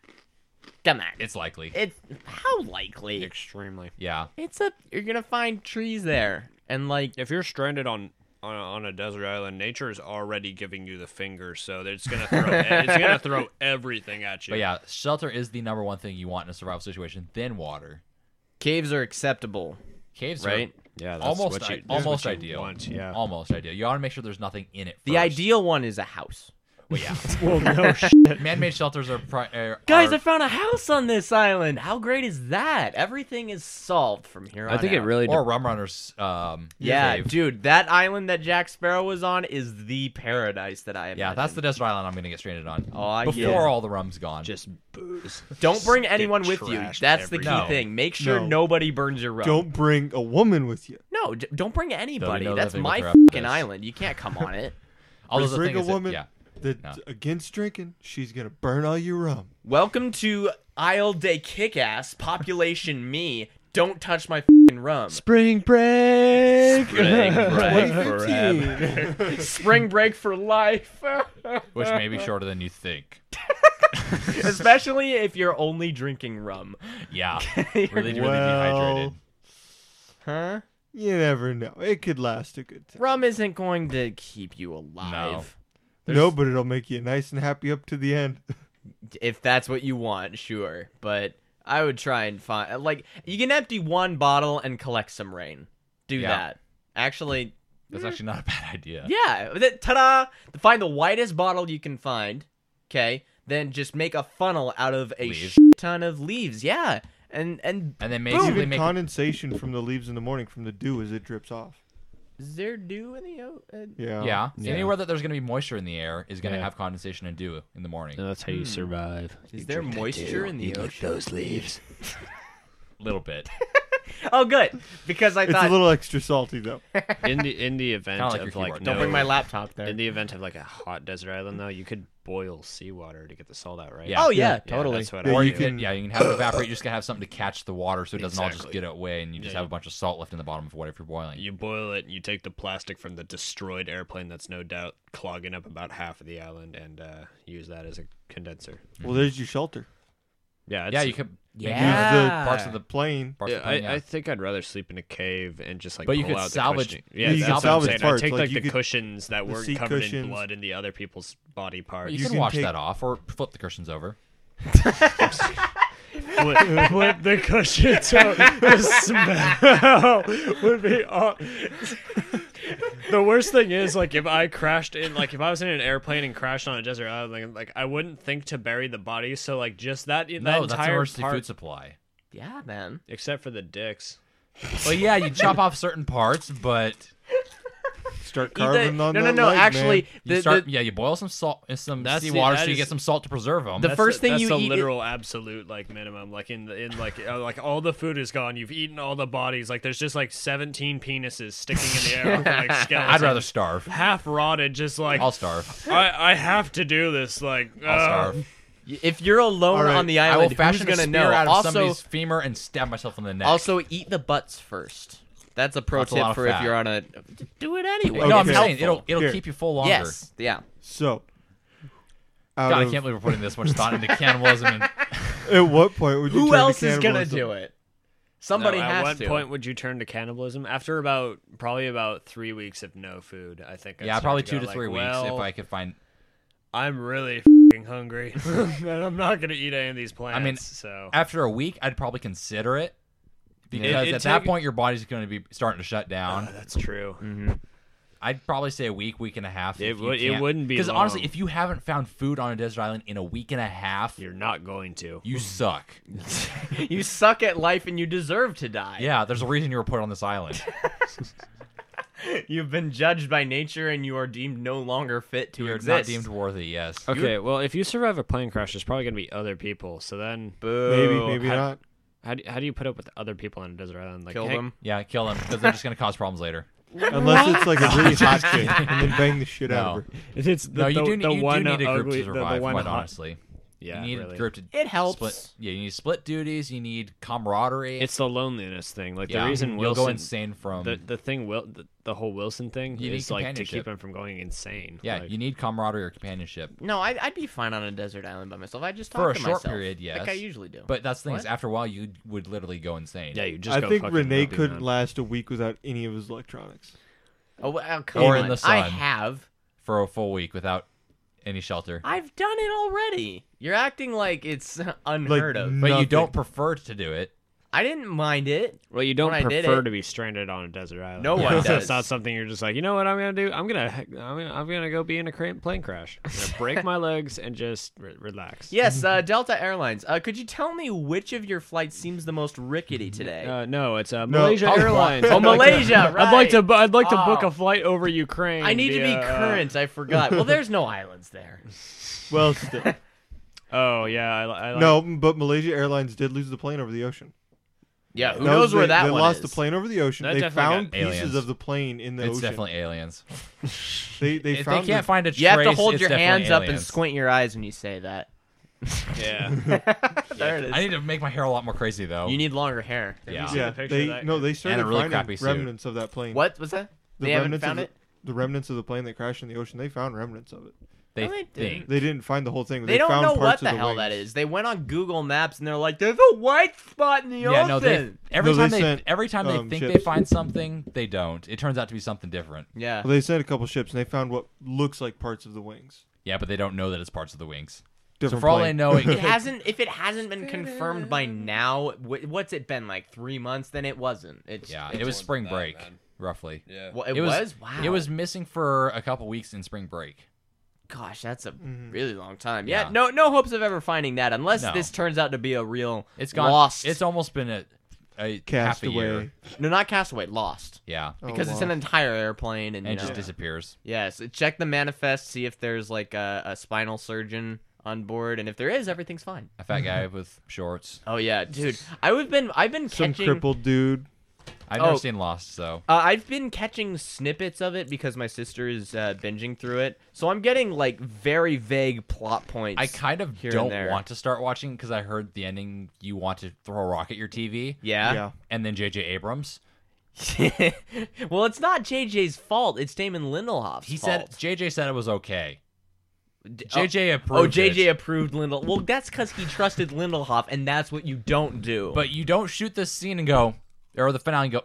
B: come on. It's
C: it's likely.
B: it's how likely?
E: Extremely.
C: yeah.
B: It's a you're gonna find trees there and like
E: If you're stranded on. On a, on a desert island, nature is already giving you the finger, so it's gonna throw e, it's gonna throw everything at you.
C: But yeah, shelter is the number one thing you want in a survival situation, then water.
B: caves are acceptable,
C: Caves
B: right?
C: are
E: yeah, that's
C: almost
E: what
C: i-
E: you, that's
C: almost
E: what you
C: ideal.
E: want, yeah,
C: Almost ideal. You want to make sure there's nothing in it. First.
B: The ideal one is a house.
C: Well,
E: [laughs]
C: yeah. [laughs] Man-made shelters are, pri- are
B: Guys,
C: are-
B: I found a house on this island. How great is that? Everything is solved from here on.
E: I think it
B: out.
E: really
C: or rum runners. Um,
B: Yeah,
C: cave.
B: dude, that island that Jack Sparrow was on is the paradise that I imagine.
C: Yeah, that's the desert island I'm gonna get stranded on.
B: Oh, I
C: Before
B: get it.
C: all the rum's gone.
E: just booze.
B: Don't bring
E: Get
B: anyone with you.
E: trashed
B: That's the
E: every
B: key
C: No.
B: thing. Make sure
D: No.
B: nobody burns your rum.
D: Don't bring a woman with you.
B: No, d- don't bring anybody.
C: no
B: That's
C: living
B: my
C: with her
B: fucking
C: after this.
B: island. You can't come on [laughs] it.
C: Although the
D: bring
C: thing
D: a
C: is that-
E: [laughs]
D: woman
C: yeah.
D: that
C: No.
D: against drinking, she's gonna burn all your rum.
B: Welcome to Isle Day Kickass Population Me. Don't touch my fucking rum.
D: Spring break.
E: Spring
C: [laughs]
E: break
D: 2015.
B: Spring break for life. [laughs]
C: Which may be shorter than you think.
B: Especially if you're only drinking rum.
E: [laughs]
C: Yeah. really, really
D: Well.
C: dehydrated.
B: Huh?
D: you never know. It could last a good time.
B: Rum isn't going to keep you alive.
D: No, but it'll make you nice and happy up to the end. [laughs]
B: If that's what you want, sure. But I would try and find. Like, you can empty one bottle and collect some rain. Do
C: Yeah.
B: that. Actually,
C: That's actually not a bad idea.
B: Yeah. th- Ta-da! Find the whitest bottle you can find. Okay. Then just make a funnel out of a
C: Leaves.
B: shit ton of leaves. Yeah. And and
C: And then
B: Boom.
C: basically
D: Even
C: make
D: condensation from the leaves in the morning from the dew as it drips off.
B: is there dew in the o- uh,
D: Yeah.
C: yeah. Anywhere that there's gonna be moisture in the air is gonna
E: Yeah.
C: have condensation and dew in the morning. A
E: that's how you survive.
B: is there moisture in the ocean?
E: hmm. those leaves.
C: little
D: [laughs]
C: bit.
B: Oh, good. Because I
D: It's
B: thought
D: a little extra salty
C: [laughs]
D: though.
E: In the in the event
C: Kinda like
E: of
C: your
E: like
C: keyboard.
E: no,
B: don't bring my laptop there.
E: in the event of like a hot desert island though, you could boil seawater to get the salt out, right?
C: Yeah.
B: oh yeah,
E: Yeah,
B: totally.
E: That's what
D: Yeah,
E: I
C: Or
E: do.
C: you can, yeah, you can have it evaporate. You just gotta have something to catch the water so it doesn't all just
E: Exactly.
C: get away, and you just have a bunch of salt left in the bottom of whatever you're boiling.
E: You boil it and you take the plastic from the destroyed airplane that's no doubt clogging up about half of the island and uh, use that as a condenser.
D: Well, there's your shelter.
E: Yeah, it's,
C: yeah, you could.
B: Yeah.
C: parts of the
D: Plane.
C: parts
E: Yeah,
C: of the
E: I,
C: plane, yeah.
E: I think I'd rather sleep in a cave and just like
C: But you
E: pull
C: could
E: out
C: salvage-
E: the cushioning.
C: you
E: Yeah,
C: could
E: that's
C: salvage
E: what I'm saying.
D: parts,
E: I take
D: like,
E: like,
D: you
E: the
D: could-
E: cushions that
D: the
E: weren't
D: seat
E: covered
D: cushions.
E: in blood and the other people's body parts.
C: you,
D: you
C: can,
D: can
C: wash
D: take-
C: that off or flip the cushions over.
E: flip, flip the cushion so the smell would be aw- the worst thing is like if i crashed in like if i was in an airplane and crashed on a desert island like, like, i wouldn't think to bury the body so like just that that
C: No, that's
E: entire
C: emergency
E: part
C: food supply.
B: yeah, man.
E: except for the dicks
C: Well, yeah, you chop off certain parts, but
D: Start
B: Either-
D: carving
B: no,
D: on
B: no,
D: that
B: no.
D: leg,
B: actually,
D: man.
C: you
B: the,
C: start.
B: the,
C: yeah, you boil some salt, uh, some
E: That's the-
C: seawater,
E: that
C: so you
E: is-
C: get some salt to preserve them.
B: The
E: That's
B: first thing
E: that's
B: you
E: the
B: eat-
E: literal absolute like minimum like in the in like uh, like all the food is gone you've eaten all the bodies like there's just like 17 penises sticking
C: [laughs]
E: in the air with, like
C: I'd
E: skeletons
C: rather starve.
E: half rotted just like
C: I'll starve.
E: I, I have to do this. Like,
C: I'll
E: uh,
C: starve.
B: if you're alone
D: All right,
B: on the
C: I will
B: island, who's
C: fashion a
B: gonna
C: spear
B: know?
C: out of
B: also,
C: somebody's femur and stab myself in the neck.
B: also eat the butts first. That's a pro
C: That's a
B: tip
C: lot of
B: for if
C: fat.
B: you're on a. Do it anyway.
C: No, I'm
D: Okay.
C: just saying it'll
B: Helpful.
C: it'll
D: Here.
C: keep you full longer.
B: Yes. Yeah.
D: So, out
C: God, I
D: of-
C: can't believe we're putting this much
B: [laughs]
C: thought into cannibalism. And,
D: at what point would you
B: Who
D: turn
B: else
D: to
B: is gonna
D: cannibalism?
B: do it? Somebody
E: No,
B: has
E: At what
B: to.
E: point would you turn to cannibalism? After about probably about three weeks of no food, I think. I'd
C: yeah,
E: start
C: probably
E: to
C: two
E: go
C: to
E: like,
C: three weeks if
E: well,
C: I could find.
E: I'm [laughs] really fing hungry, and I'm not gonna eat any of these plants.
C: mean,
E: so
C: After a week, I'd probably consider it because
E: it
C: at that
E: take-
C: point your body's going to be starting to shut down.
E: Uh, that's true.
C: I'd probably say a week, week and a half.
E: It would- it wouldn't be
C: because honestly,
E: long.
C: if you haven't found food on a desert island in a week and a half,
E: You're not going to.
C: you suck.
B: you suck at life and you deserve to die.
C: yeah, there's a reason you were put on this
E: [laughs]
C: island.
B: You've been judged by nature and you are deemed no longer fit to
C: You're not
B: exist.
C: deemed worthy. Yes.
E: Okay, well, if you survive a plane crash, there's probably gonna be other people. So then,
D: Maybe,
A: Oh,
B: Boo.
D: maybe
E: how-
D: not.
E: how do, how do you put up with other people on a desert island? Like,
B: Kill
E: hey,
B: them.
C: Yeah, kill them because they're just going to cause problems later.
D: Unless it's like a really hot chick, and then bang the shit out
C: No.
D: of her.
E: [laughs] It's the,
C: no, you
E: the-
C: do need,
E: the
C: you
E: one
C: do need a group
E: ugly-
C: to
E: the- the
C: survive.
E: one
C: quite
E: hot-
C: honestly,
E: Yeah,
C: you need
E: really.
C: a group to.
B: It helps.
C: Split, yeah, you need split duties. You need camaraderie.
E: It's the loneliness thing. Like
C: yeah,
E: the reason
C: you'll
E: Wilson
C: go insane from.
E: the the thing will the, the whole Wilson thing
C: You need
E: is like to
C: companionship.
E: keep him from going insane.
C: yeah,
E: Like,
C: you need camaraderie or companionship.
B: No, I, I'd be fine on a desert island by myself. I just talk
C: For a
B: to
C: short
B: myself,
C: period, yes.
B: like I usually do.
C: But that's the thing is,
B: What?
C: after a while, you would literally go insane.
E: yeah, you just.
D: I
E: go
D: think
E: fucking
D: Renee
E: nuts,
D: couldn't
E: man.
D: last a week without any of his electronics.
B: oh, well, come
C: Or in
B: on.
C: the
B: I
C: sun.
B: have.
C: for a full week without any shelter.
B: I've done it already. You're acting like it's [laughs] unheard of.
C: But you
D: Nothing.
C: don't prefer to do it.
B: I didn't mind it.
E: Well, you don't
B: When I did
E: prefer
B: it-
E: to be stranded on a desert island.
B: No one
E: So
B: does.
E: It's not something you're just like, you know what I'm gonna do? I'm gonna I'm gonna, I'm gonna go be in a cra- plane crash. I'm gonna break [laughs] my legs and just re-
C: [laughs]
E: relax.
B: Yes, uh, Delta Airlines. Uh, could you tell me which of your flights seems the most rickety today?
E: Uh, no, it's uh,
D: No.
E: Malaysia
D: Oh,
E: Airlines.
B: oh,
E: I'd like to-
B: Malaysia,
E: [laughs] I'd like to
B: right.
E: bu- I'd like to book
B: Oh.
E: a flight over Ukraine.
B: I need to be
E: via, uh,
B: current. I forgot. Well, there's no islands there.
D: Well, still.
E: oh yeah, I, li- I like,
D: no, but Malaysia Airlines did lose the plane over the ocean.
B: [laughs] Yeah, who
D: That was-
B: knows where
D: they,
B: that
D: they
B: one
D: lost
B: is?
D: the plane over the ocean.
E: That
D: they
E: definitely
D: found
E: got
D: pieces
C: aliens.
D: of the plane in the
C: it's
D: ocean.
C: definitely aliens.
D: they they
C: If they
D: found
C: can't
D: the,
C: find a trace,
B: You have to hold
C: it's
B: your
C: definitely
B: hands up and
C: aliens.
B: squint your eyes when you say
D: [laughs]
B: that. [laughs]
E: Yeah.
B: there it is.
C: I need to make my hair a lot more crazy though.
B: you need longer hair.
C: yeah.
D: yeah,
E: picture
D: they
E: of that?
D: no, they started
C: really crappy
D: finding
C: suit.
D: remnants of that plane.
B: What was that?
D: The
B: they haven't
D: remnants
B: found
D: of
B: it.
D: The, the remnants of the plane that crashed in the ocean. They found remnants of it.
C: They
B: No, they
C: think.
D: They didn't find the whole thing. but
B: They,
D: They,
B: don't
D: found
B: know what
D: parts
B: the,
D: of
B: hell
D: wings.
B: that is. They went on Google Maps and they're like, "There's a white spot in the
C: Yeah,
B: ocean."
C: no. They every
D: No, they
C: time they,
D: sent,
C: every time they
D: um,
C: think they
D: ships.
C: find something, they don't. It turns out to be something different.
B: yeah.
D: Well, they sent a couple ships and they found what looks like parts of the wings.
C: Yeah, but they don't know that it's parts of the wings.
D: Different
C: so for all
D: plane.
C: they
D: [laughs]
C: know, [laughs] it,
B: it hasn't. If it hasn't been confirmed by now, wh- what's it been like? Three months? Then it wasn't. It's
C: yeah,
B: It,
C: it was
G: Someone's
C: spring
G: bad,
C: break,
G: man.
C: roughly.
G: Yeah.
B: well, it, was, Wow.
C: It was missing for a couple weeks in spring break.
B: Gosh, that's a really long time. Yeah,
C: Mm-hmm. Yeah.
B: No. No hopes of ever finding that unless
C: No.
B: this turns out to be a real.
C: It's gone.
B: Lost.
C: It's almost been a, a half a
D: Castaway.
C: year.
B: no, not Castaway. Lost.
C: Yeah,
D: Oh,
B: because it's
D: wow.
B: an entire airplane and,
C: and it
B: you
C: just
B: know.
C: disappears.
B: yeah, so check the manifest, see if there's like a, a spinal surgeon on board, and if there is, everything's fine.
C: A fat [laughs] guy with shorts.
B: Oh yeah, dude, I've been I've been
D: some
B: catching
D: crippled dude.
C: I've
B: Oh.
C: never seen Lost, so
B: uh, I've been catching snippets of it because my sister is uh, binging through it, so I'm getting like very vague plot points.
C: I kind of
B: here and
C: don't
B: there.
C: want to start watching because I heard the ending. You want to throw a rock at your TV,
B: yeah.
C: and then J.J. Abrams.
B: [laughs] well, it's not JJ's fault. It's Damon Lindelhoff's
C: He
B: fault.
C: said J.J. said it was okay.
B: D- oh-
C: J.J. approved.
B: Oh, JJ
C: it,
B: approved Lindel. Well, that's because he trusted Lindelhoff, and that's what you don't do.
C: but you don't shoot this scene and go or the finale and go.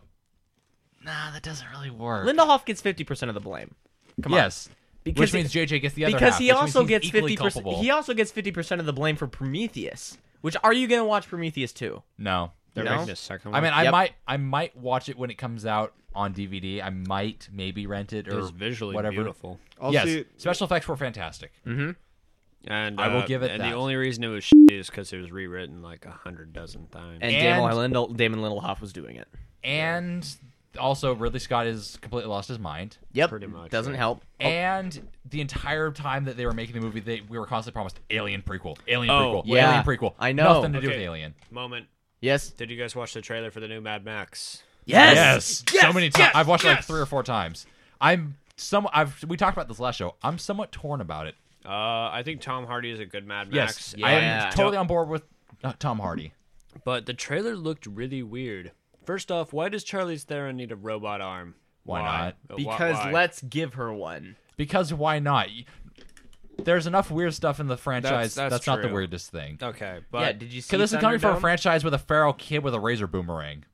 C: Nah, that doesn't really work.
B: Lindelhoff gets 50% of the blame. Come on.
C: yes,
B: Because
C: which means J.J. gets the other
B: because
C: half,
B: he
C: which means
B: also
C: he's
B: gets
C: equally
B: 50%
C: culpable.
B: he also gets 50% of the blame for Prometheus. Which are you going to watch Prometheus 2?
C: no.
E: They're
B: No?
E: making a second
C: I
E: one.
C: mean, I
B: Yep.
C: might, I might watch it when it comes out on DVD. I might, maybe rent it or
E: It was visually
C: whatever.
E: beautiful.
D: I'll
C: yes,
D: see it.
C: special effects were fantastic.
E: And
C: I will
E: uh,
C: give it
E: And
C: that.
E: the only reason it was sh- is because it was rewritten like a hundred dozen times.
B: And, Damon, Lindel- Damon Lindelhoff was doing it.
C: And also, Ridley Scott has completely lost his mind.
B: Yep.
E: Pretty much,
B: Doesn't
E: yeah.
B: help.
C: And the entire time that they were making the movie, they we were constantly promised Alien prequel, Alien
E: Oh,
C: prequel,
B: yeah.
C: Alien prequel.
B: I know.
C: nothing to do with
E: Okay.
C: Alien.
E: Moment.
B: Yes.
E: Did you guys watch the trailer for the new Mad Max?
B: Yes.
C: so many times. I've watched it like three or four times. I'm some. I've we talked about this last show. I'm somewhat torn about it.
E: Uh, I think Tom Hardy is a good Mad
C: Yes,
E: Max.
C: I
B: Yeah.
C: am totally on board with uh, Tom Hardy.
E: But the trailer looked really weird.
H: First off, why does Charlie's Theron need a robot arm?
C: Why not?
H: Uh, wh-
B: Because
H: why?
B: let's give her one.
C: Because why not? You- There's enough weird stuff in the franchise.
H: that's
C: That's, not the
H: true.
C: weirdest thing.
H: Okay,
B: yeah,
H: but
B: did you see
C: Because this is coming from a
B: Thunderdome?
C: franchise with a feral kid with a razor boomerang.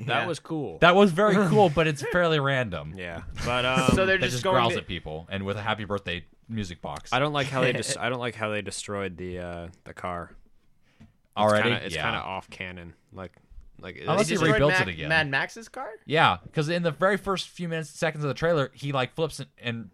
H: that
B: yeah.
H: was cool.
C: That
H: [laughs]
C: was very cool, but it's fairly random.
H: yeah,
C: [laughs]
H: but um,
B: So they're
C: That
B: just,
C: just
B: going
C: growls
B: to,
C: at people and with a happy birthday music box.
H: I don't like how they
C: [laughs]
H: just. I don't like how they destroyed the uh, the car.
C: Already,
H: Kinda, it's
C: yeah.
H: kind of off canon. Like, like
B: They
C: Unless he
B: destroyed
C: rebuilds
B: Mac-
C: it again.
B: Mad Max's car?
C: Yeah, because in the very first few minutes, seconds of the trailer, he like flips and, and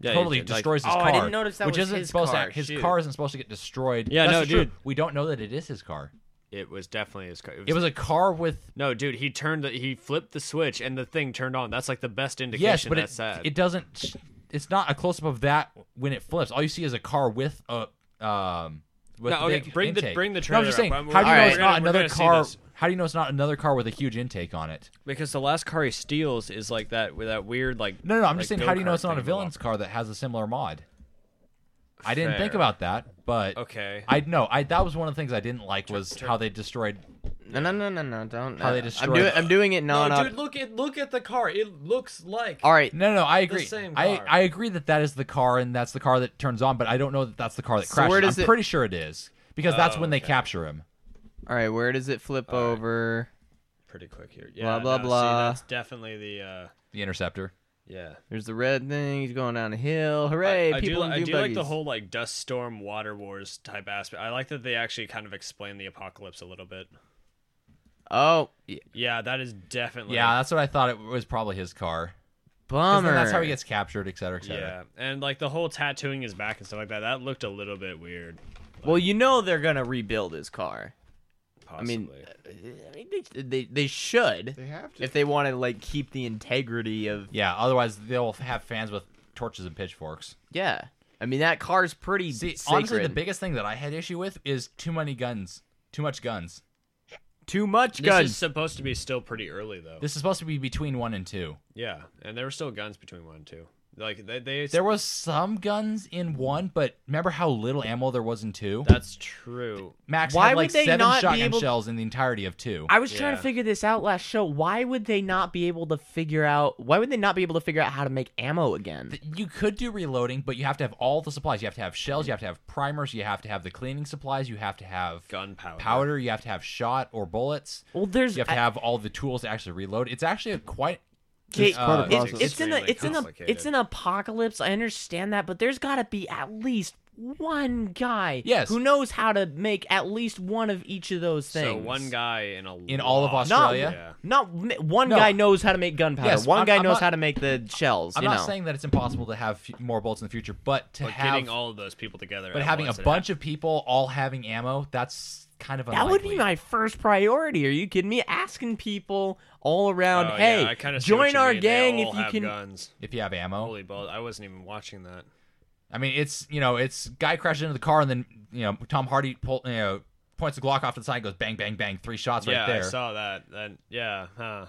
H: Yeah,
C: totally
H: he did, like-
C: destroys his
B: Oh,
C: car.
B: I didn't notice that
C: which
B: was
C: isn't
B: his
C: supposed
B: car,
C: to. His
B: shoot.
C: car isn't supposed to get destroyed.
H: Yeah,
C: That's
H: no,
C: not true.
H: dude.
C: We don't know that it is his car.
H: it was definitely his car.
C: It was a car with
H: no, dude. He turned. The, he flipped the switch, and the thing turned on. That's like the best indication.
C: yes, but
H: that's
C: it,
H: sad.
C: it doesn't. It's not a close up of that when it flips. All you see is a car with a um. With
H: No,
C: the
H: okay,
C: big
H: bring the-
C: intake.
H: bring the
C: No, I'm just
H: trailer
C: saying.
H: up. I'm-
C: how do
H: we're
C: you know
H: gonna-
C: it's
H: we're
C: not
H: gonna
C: another
H: see
C: car?
H: this.
C: How do you know it's not another car with a huge intake on it?
H: because the last car he steals is like that with that weird like.
C: No, no, I'm just
H: like,
C: saying. How do you know
H: go-kart
C: it's not a
H: thing
C: villain's
H: walk-
C: car that has a similar mod? I didn't think
H: Fair.
C: about that, but
H: Okay.
C: I know. I that was one of the things I didn't like was how they destroyed.
B: No, no, no, no, no, don't.
C: How they
B: I'm
C: destroyed-
B: doing, I'm doing it non
E: no,
B: up.
E: dude, look at look at the car. It looks like
B: All right.
C: No, no, I agree.
E: same
C: I
E: car.
C: I agree that that is the car and that's the car that turns on, but I don't know that that's the car that
B: So
C: crashes.
B: where does
C: I'm
B: it-
C: pretty sure it is because that's
E: Oh,
C: when they
E: okay.
C: capture him.
B: All right, where does it flip over?
E: pretty quick here.
B: Blah,
E: Yeah,
B: blah,
E: no,
B: blah.
E: See, that's definitely the uh,
C: The interceptor.
E: yeah.
B: There's the red thing. He's going down a hill. Hooray!
E: I, I
B: people
E: do,
B: in
E: I
B: dune
E: do like the
B: buggies.
E: whole like dust storm water wars type aspect. I like that they actually kind of explain the apocalypse a little bit.
B: Oh,
E: Yeah, that is definitely
C: Yeah, that's what I thought. It was probably his car. 'Cause
B: bummer.
C: then that's how he gets captured, et cetera, et cetera.
E: yeah. And like the whole tattooing his back and stuff like that. That looked a little bit weird.
B: Well, you know they're gonna rebuild his car.
E: Possibly.
B: I mean, they they, they should
D: They have to.
B: if they want to like keep the integrity of
C: Yeah, Otherwise, they'll have fans with torches and pitchforks.
B: yeah. I mean that car's pretty
C: See,
B: sacred.
C: honestly, the biggest thing that I had issue with is too many guns. Too much guns.
B: too much
E: this
B: guns.
E: is supposed to be still pretty early though.
C: This is supposed to be between one and two.
E: yeah, and there were still guns between one and two. Like they, they
C: There was some guns in one, but remember how little ammo there was in two?
E: that's true.
C: Max
B: Why
C: had
B: would
C: like
B: they
C: seven
B: not be
C: shotgun
B: able-
C: shells in the entirety of two.
B: I was trying to
E: Yeah.
B: figure this out last show. Why would they not be able to figure out? Why would they not be able to figure out how to make ammo again?
C: you could do reloading, but you have to have all the supplies. You have to have shells, you have to have primers, you have to have the cleaning supplies, you have to have
E: Gunpowder.
C: powder, you have to have shot or bullets.
B: well, there's
C: You have to
B: I-
C: have all the tools to actually reload. It's actually a quite
B: Okay,
C: uh,
B: it's-
D: process.
B: it's, in a,
E: Extremely
B: it's in a, it's
E: complicated.
B: an apocalypse. I understand that, but there's got to be at least one guy
C: Yes.
B: who knows how to make at least one of each of those things.
E: So one guy in a
C: in all of
E: lot.
B: not
C: Australia.
E: Yeah.
B: not mi- one
C: No.
B: guy knows how to make gunpowder.
C: Yes,
B: one
C: I'm-
B: guy
C: I'm
B: knows
C: not-
B: how to make the shells.
C: I'm
B: you
C: not
B: know.
C: saying that it's impossible to have f- more bullets in the future, but to
E: But
C: have
E: getting all of those people together.
C: but
E: at
C: having a
E: once, it
C: bunch of people all having ammo, that's kind of
B: that
C: unlikely.
B: would be my first priority. Are you kidding me? Asking people all around,
E: Oh,
B: hey,
E: yeah, I kinda see what
B: join
E: you
B: our
E: mean. They
B: gang
E: all
B: if you
E: have
B: can.
E: Guns.
C: if you have ammo.
E: Holy balls! I wasn't even watching that.
C: I mean, it's you know, it's guy crashes into the car and then you know Tom Hardy pull, you know points the Glock off to the side, and goes bang bang bang, three shots
E: yeah,
C: right there,
E: I saw that. Then yeah, huh?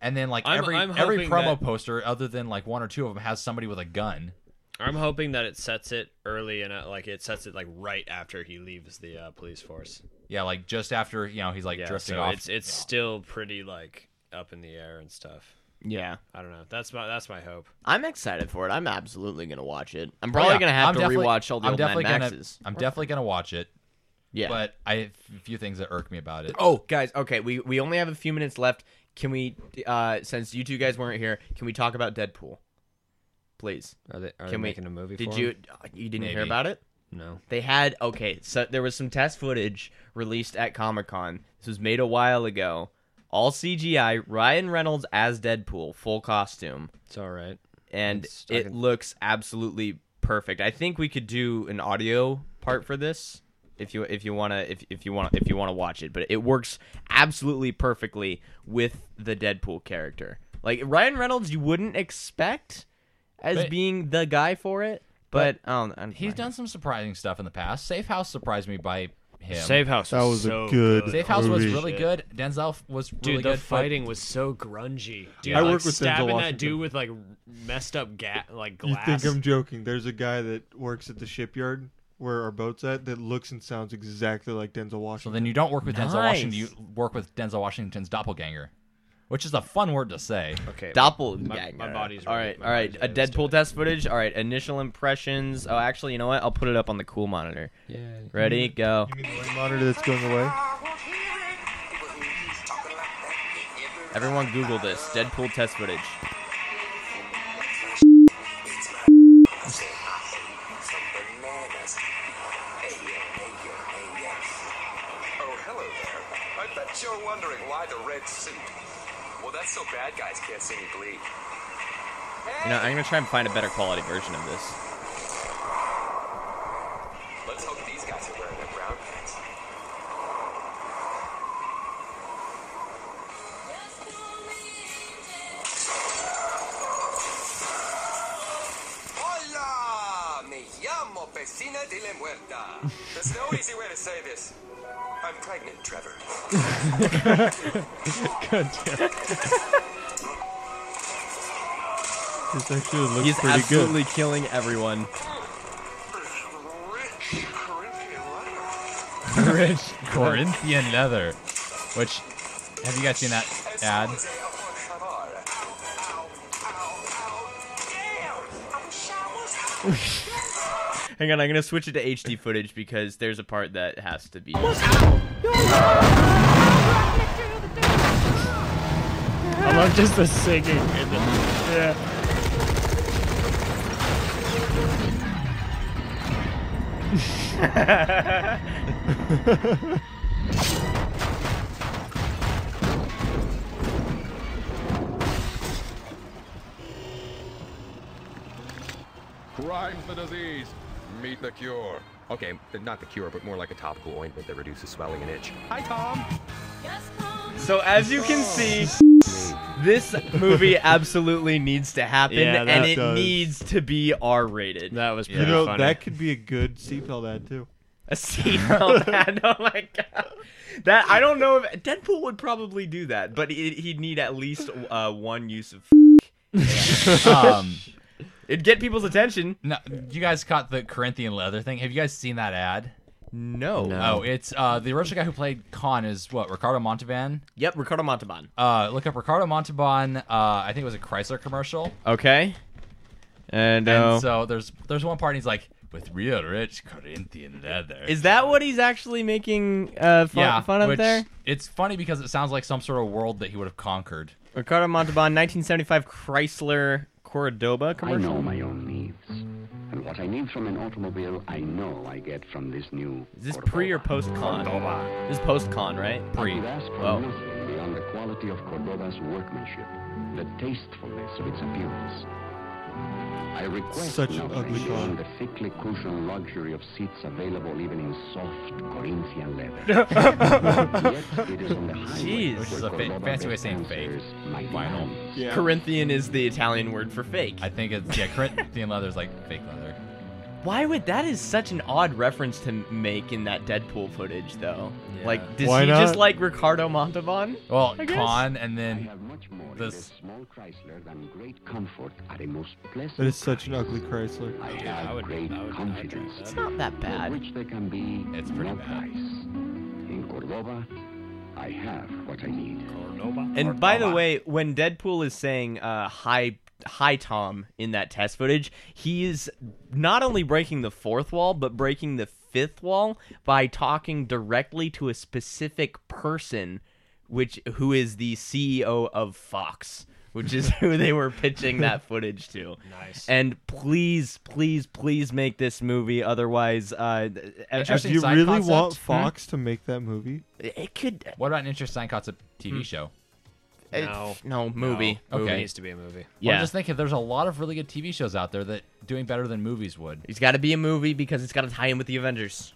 C: and then like
E: I'm-
C: every
E: I'm
C: every
E: hoping
C: promo
E: that-
C: poster, other than like one or two of them, has somebody with a gun.
E: I'm hoping that it sets it early and uh, like it sets it like right after he leaves the uh, police force.
C: Yeah, like just after you know he's like
E: Yeah,
C: drifting
E: so
C: off.
E: it's it's still pretty like up in the air and stuff.
B: Yeah,
E: I don't know. That's my that's my hope.
B: I'm excited for it. I'm absolutely gonna watch it. I'm
C: Oh,
B: probably
C: yeah,
B: gonna have
C: I'm
B: to
C: definitely-
B: rewatch all the
C: I'm
B: old Mad
C: definitely gonna-
B: Maxes.
C: I'm definitely gonna watch it,
B: yeah,
C: but I have a few things that irk me about it.
B: Oh, guys, okay, we we only have a few minutes left. Can we, uh, since you two guys weren't here, can we talk about Deadpool, please?
E: Are they, are
B: Can we-
E: making a movie?
B: Did
E: for
B: you uh,
E: him?
B: you didn't hear
C: Maybe.
B: about it?
E: No.
B: They had okay, so there was some test footage released at Comic Con. This was made a while ago. All CGI. Ryan Reynolds as Deadpool, full costume,
E: It's all right.
B: and
E: It's- I
B: it
E: can-
B: looks absolutely perfect. I think we could do an audio part for this if you if you want to if, if you want if you want to watch it, but it works absolutely perfectly with the Deadpool character. Like Ryan Reynolds, you wouldn't expect as
C: But-
B: being the guy for it, but, um, I don't
C: He's
B: mind.
C: done some surprising stuff in the past. Safe House surprised me by him.
H: Save House.
D: That was a
H: so
D: good-
C: Safe House was
D: Holy
C: really
D: shit.
C: good. Denzel was really
E: Dude,
C: good.
E: the
C: but-
E: fighting was so grungy. Dude,
D: I
E: like,
D: work with Denzel
E: stabbing
D: Washington.
E: that dude with like messed up ga- like
D: You
E: glass.
D: think I'm joking? There's a guy that works at the shipyard where our boat's at that looks and sounds exactly like Denzel
C: So
D: Washington.
C: then you don't work with Denzel Washington. You
B: Nice.
C: work with Denzel Washington's doppelganger, which is a fun word
B: [laughs]
C: to say.
E: Okay.
B: Doppelganger.
E: my body's
B: all
E: really-
B: right.
E: my
B: all right.
E: body's
B: A
E: really used to
B: Deadpool
E: it.
B: test footage. All right. Initial impressions. Oh, actually, you know what? I'll put it up on the cool monitor. Yeah. Ready? Go.
D: You mean the wind monitor that's going away?
B: Everyone, Google this. Deadpool test footage.
I: Oh, hello there. I bet you're wondering why the red suit. Well, that's so bad guys can't see me bleed.
B: You know, I'm gonna try and find a better quality version of this.
I: Let's hope these guys are wearing their brown pants. Hola! Me llamo Pesina de la Muerta. There's no easy way to say this. I'm pregnant, Trevor.
D: This actually looks
B: He's
D: pretty
B: absolutely killing everyone.
I: Rich Corinthian leather.
C: Rich Corinthian leather, which have you guys seen that ad?
B: Hang on, I'm gonna switch it to HD footage because there's a part that has to be.
E: I love just the singing. And the, yeah.
I: Crime's the disease. Meet the cure. Okay, not the cure, but more like a topical ointment that reduces swelling and itch. Hi, Tom.
B: So as you can see, this movie absolutely needs to happen,
E: Yeah, that
B: and it
D: does.
B: needs to be R-rated.
E: That was
D: good.
E: pretty
D: You know,
E: funny.
D: that could be a good seatbelt ad too.
B: a seatbelt ad. Oh my god, that I don't know if Deadpool would probably do that, but it, he'd need at least uh, one use of. [laughs]
C: Um,
B: It'd get people's attention.
C: no, you guys caught the Corinthian leather thing. Have you guys seen that ad?
B: No.
C: Oh, it's uh, the original guy who played Khan is what Ricardo Montalban.
B: Yep, Ricardo Montalban.
C: Uh, look up Ricardo Montalban. Uh, I think it was a Chrysler commercial.
B: Okay. And,
C: And uh, so there's there's one part he's like with real rich Corinthian leather.
B: is that what he's actually making uh, fun,
C: yeah,
B: fun of
C: which-
B: there?
C: It's funny because it sounds like some sort of world that he would have conquered.
B: Ricardo Montalban, 1975 Chrysler Cordoba commercial.
I: my own needs. And what I need from an automobile, I know I get from this new.
B: Is this pre or post con? This is post con, right?
C: Pre.
I: ask for
B: Wow.
I: nothing beyond the quality of Cordoba's workmanship, the tastefulness of its appearance. I request
D: Such an
I: nothing
D: ugly
I: beyond
D: car.
I: the thickly cushioned luxury of seats available even in soft Corinthian leather. Yet it is on the highway
B: Jeez.
C: Which is a fa-
I: Cordoba
C: fancy way of
I: best
C: saying fake.
I: answers my
C: Vinyl.
I: demands.
D: Yeah.
B: Corinthian is the Italian word for fake.
C: I think it's yeah, Corinthian [laughs] leather is like fake leather.
B: Why would that is such an odd reference to make in that Deadpool footage though?
E: Yeah.
B: Like, does
D: Why
B: he just
D: not?
B: like Ricardo Montalban?
C: Well,
B: I guess.
C: con and then
I: I have much more in
C: This-
I: this small Chrysler than great comfort at a most pleasant.
D: That is such an
I: price.
D: ugly Chrysler.
I: I
E: Yeah,
I: have
E: I would-
I: great
E: I would- I would drink
I: confidence.
E: that.
B: It's not that
I: for
B: bad.
I: which there can be
C: It's pretty
I: no
C: bad.
I: price. In Cordoba, I have what I need.
B: And by the way, when Deadpool is saying uh, "hi, hi, Tom" in that test footage, he is not only breaking the fourth wall, but breaking the fifth wall by talking directly to a specific person, which who is the CEO of Fox, which is [laughs] who they were pitching that footage to. Nice. And please, please, please make this movie. Otherwise, uh,
C: Interesting.
D: Do you
C: side
D: really
C: concept?
D: want
C: Hmm?
D: Fox to make that movie?
B: it could uh,
C: what about an interesting concept
B: Hmm.
C: TV show?
E: No.
B: no movie.
E: No.
C: Okay.
E: It needs to be a movie.
C: Well, I'm
B: Yeah.
C: just thinking there's a lot of really good TV shows out there that doing better than movies would.
B: It's got to be a movie because it's got to tie in with the Avengers.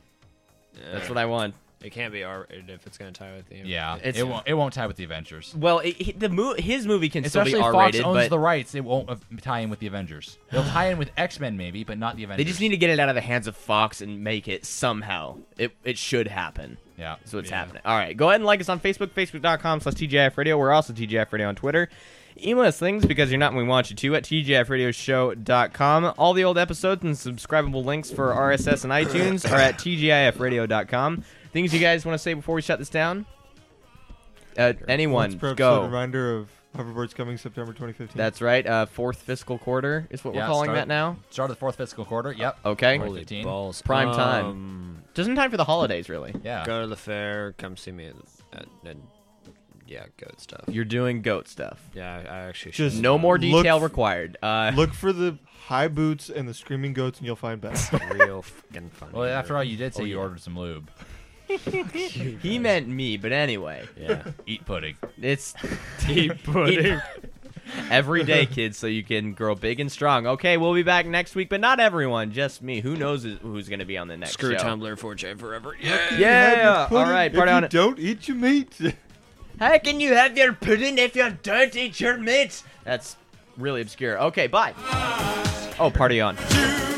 B: That's what I want.
E: It can't be R rated if it's gonna tie with the.
C: Yeah,
B: It's-
C: it won't. It won't tie with the Avengers.
B: Well, it, he- the mo- his movie can
C: Especially
B: still
C: if
B: be
C: Fox
B: R-rated,
C: owns
B: but
C: the rights, it won't uh, tie in with the Avengers. They'll tie in with X Men maybe, but not the Avengers.
B: they just need to get it out of the hands of Fox and make it somehow. It it should happen.
C: Yeah.
B: So it's
C: Yeah.
B: happening. All right, go ahead and like us on Facebook, facebook.com slash TGIF Radio. We're also TGIF Radio on Twitter. Email us things because you're not when we want you to at tgifradioshow.com. All the old episodes and subscribable links for RSS and iTunes are at tgifradio.com. Things you guys want to say before we shut this down? Uh, anyone,
D: Once per episode,
B: go.
D: Reminder of Hoverboard's coming September 2015.
B: That's right. Uh, fourth fiscal quarter is what
C: Yeah,
B: we're calling
C: start-
B: that now.
C: Start of the fourth fiscal quarter. Yep.
B: Okay.
C: Holy 15.
E: balls.
B: Prime time.
E: Um,
B: Just in time for the holidays, really.
C: Yeah.
E: Go to the fair. Come see me. At, at, yeah, goat stuff.
B: You're doing goat stuff.
E: Yeah, I, I actually
D: Just
B: No more
D: Look-
B: detail required. Uh,
D: Look for the high boots and the screaming goats, and you'll find Beth.
E: should. [laughs] real fucking funny.
C: Well, after all, you did
B: Oh,
C: say you ordered some lube. [laughs]
B: he meant me, but anyway,
E: yeah.
C: Eat pudding.
E: [laughs]
B: it's [laughs] deep pudding. Every day, kids, so you can grow big and strong. Okay, we'll be back next week, but not everyone, just me. Who knows who's going to be on the next
E: Screw
B: show?
E: Tumblr, 4chan forever. Yeah.
B: Yeah. All
D: Pudding,
B: right,
D: if
B: party
D: you
B: on it.
D: Don't eat your meat. [laughs]
B: How can you have your pudding if you don't eat your meat? That's really obscure. Okay, bye. Oh, party on.
I: You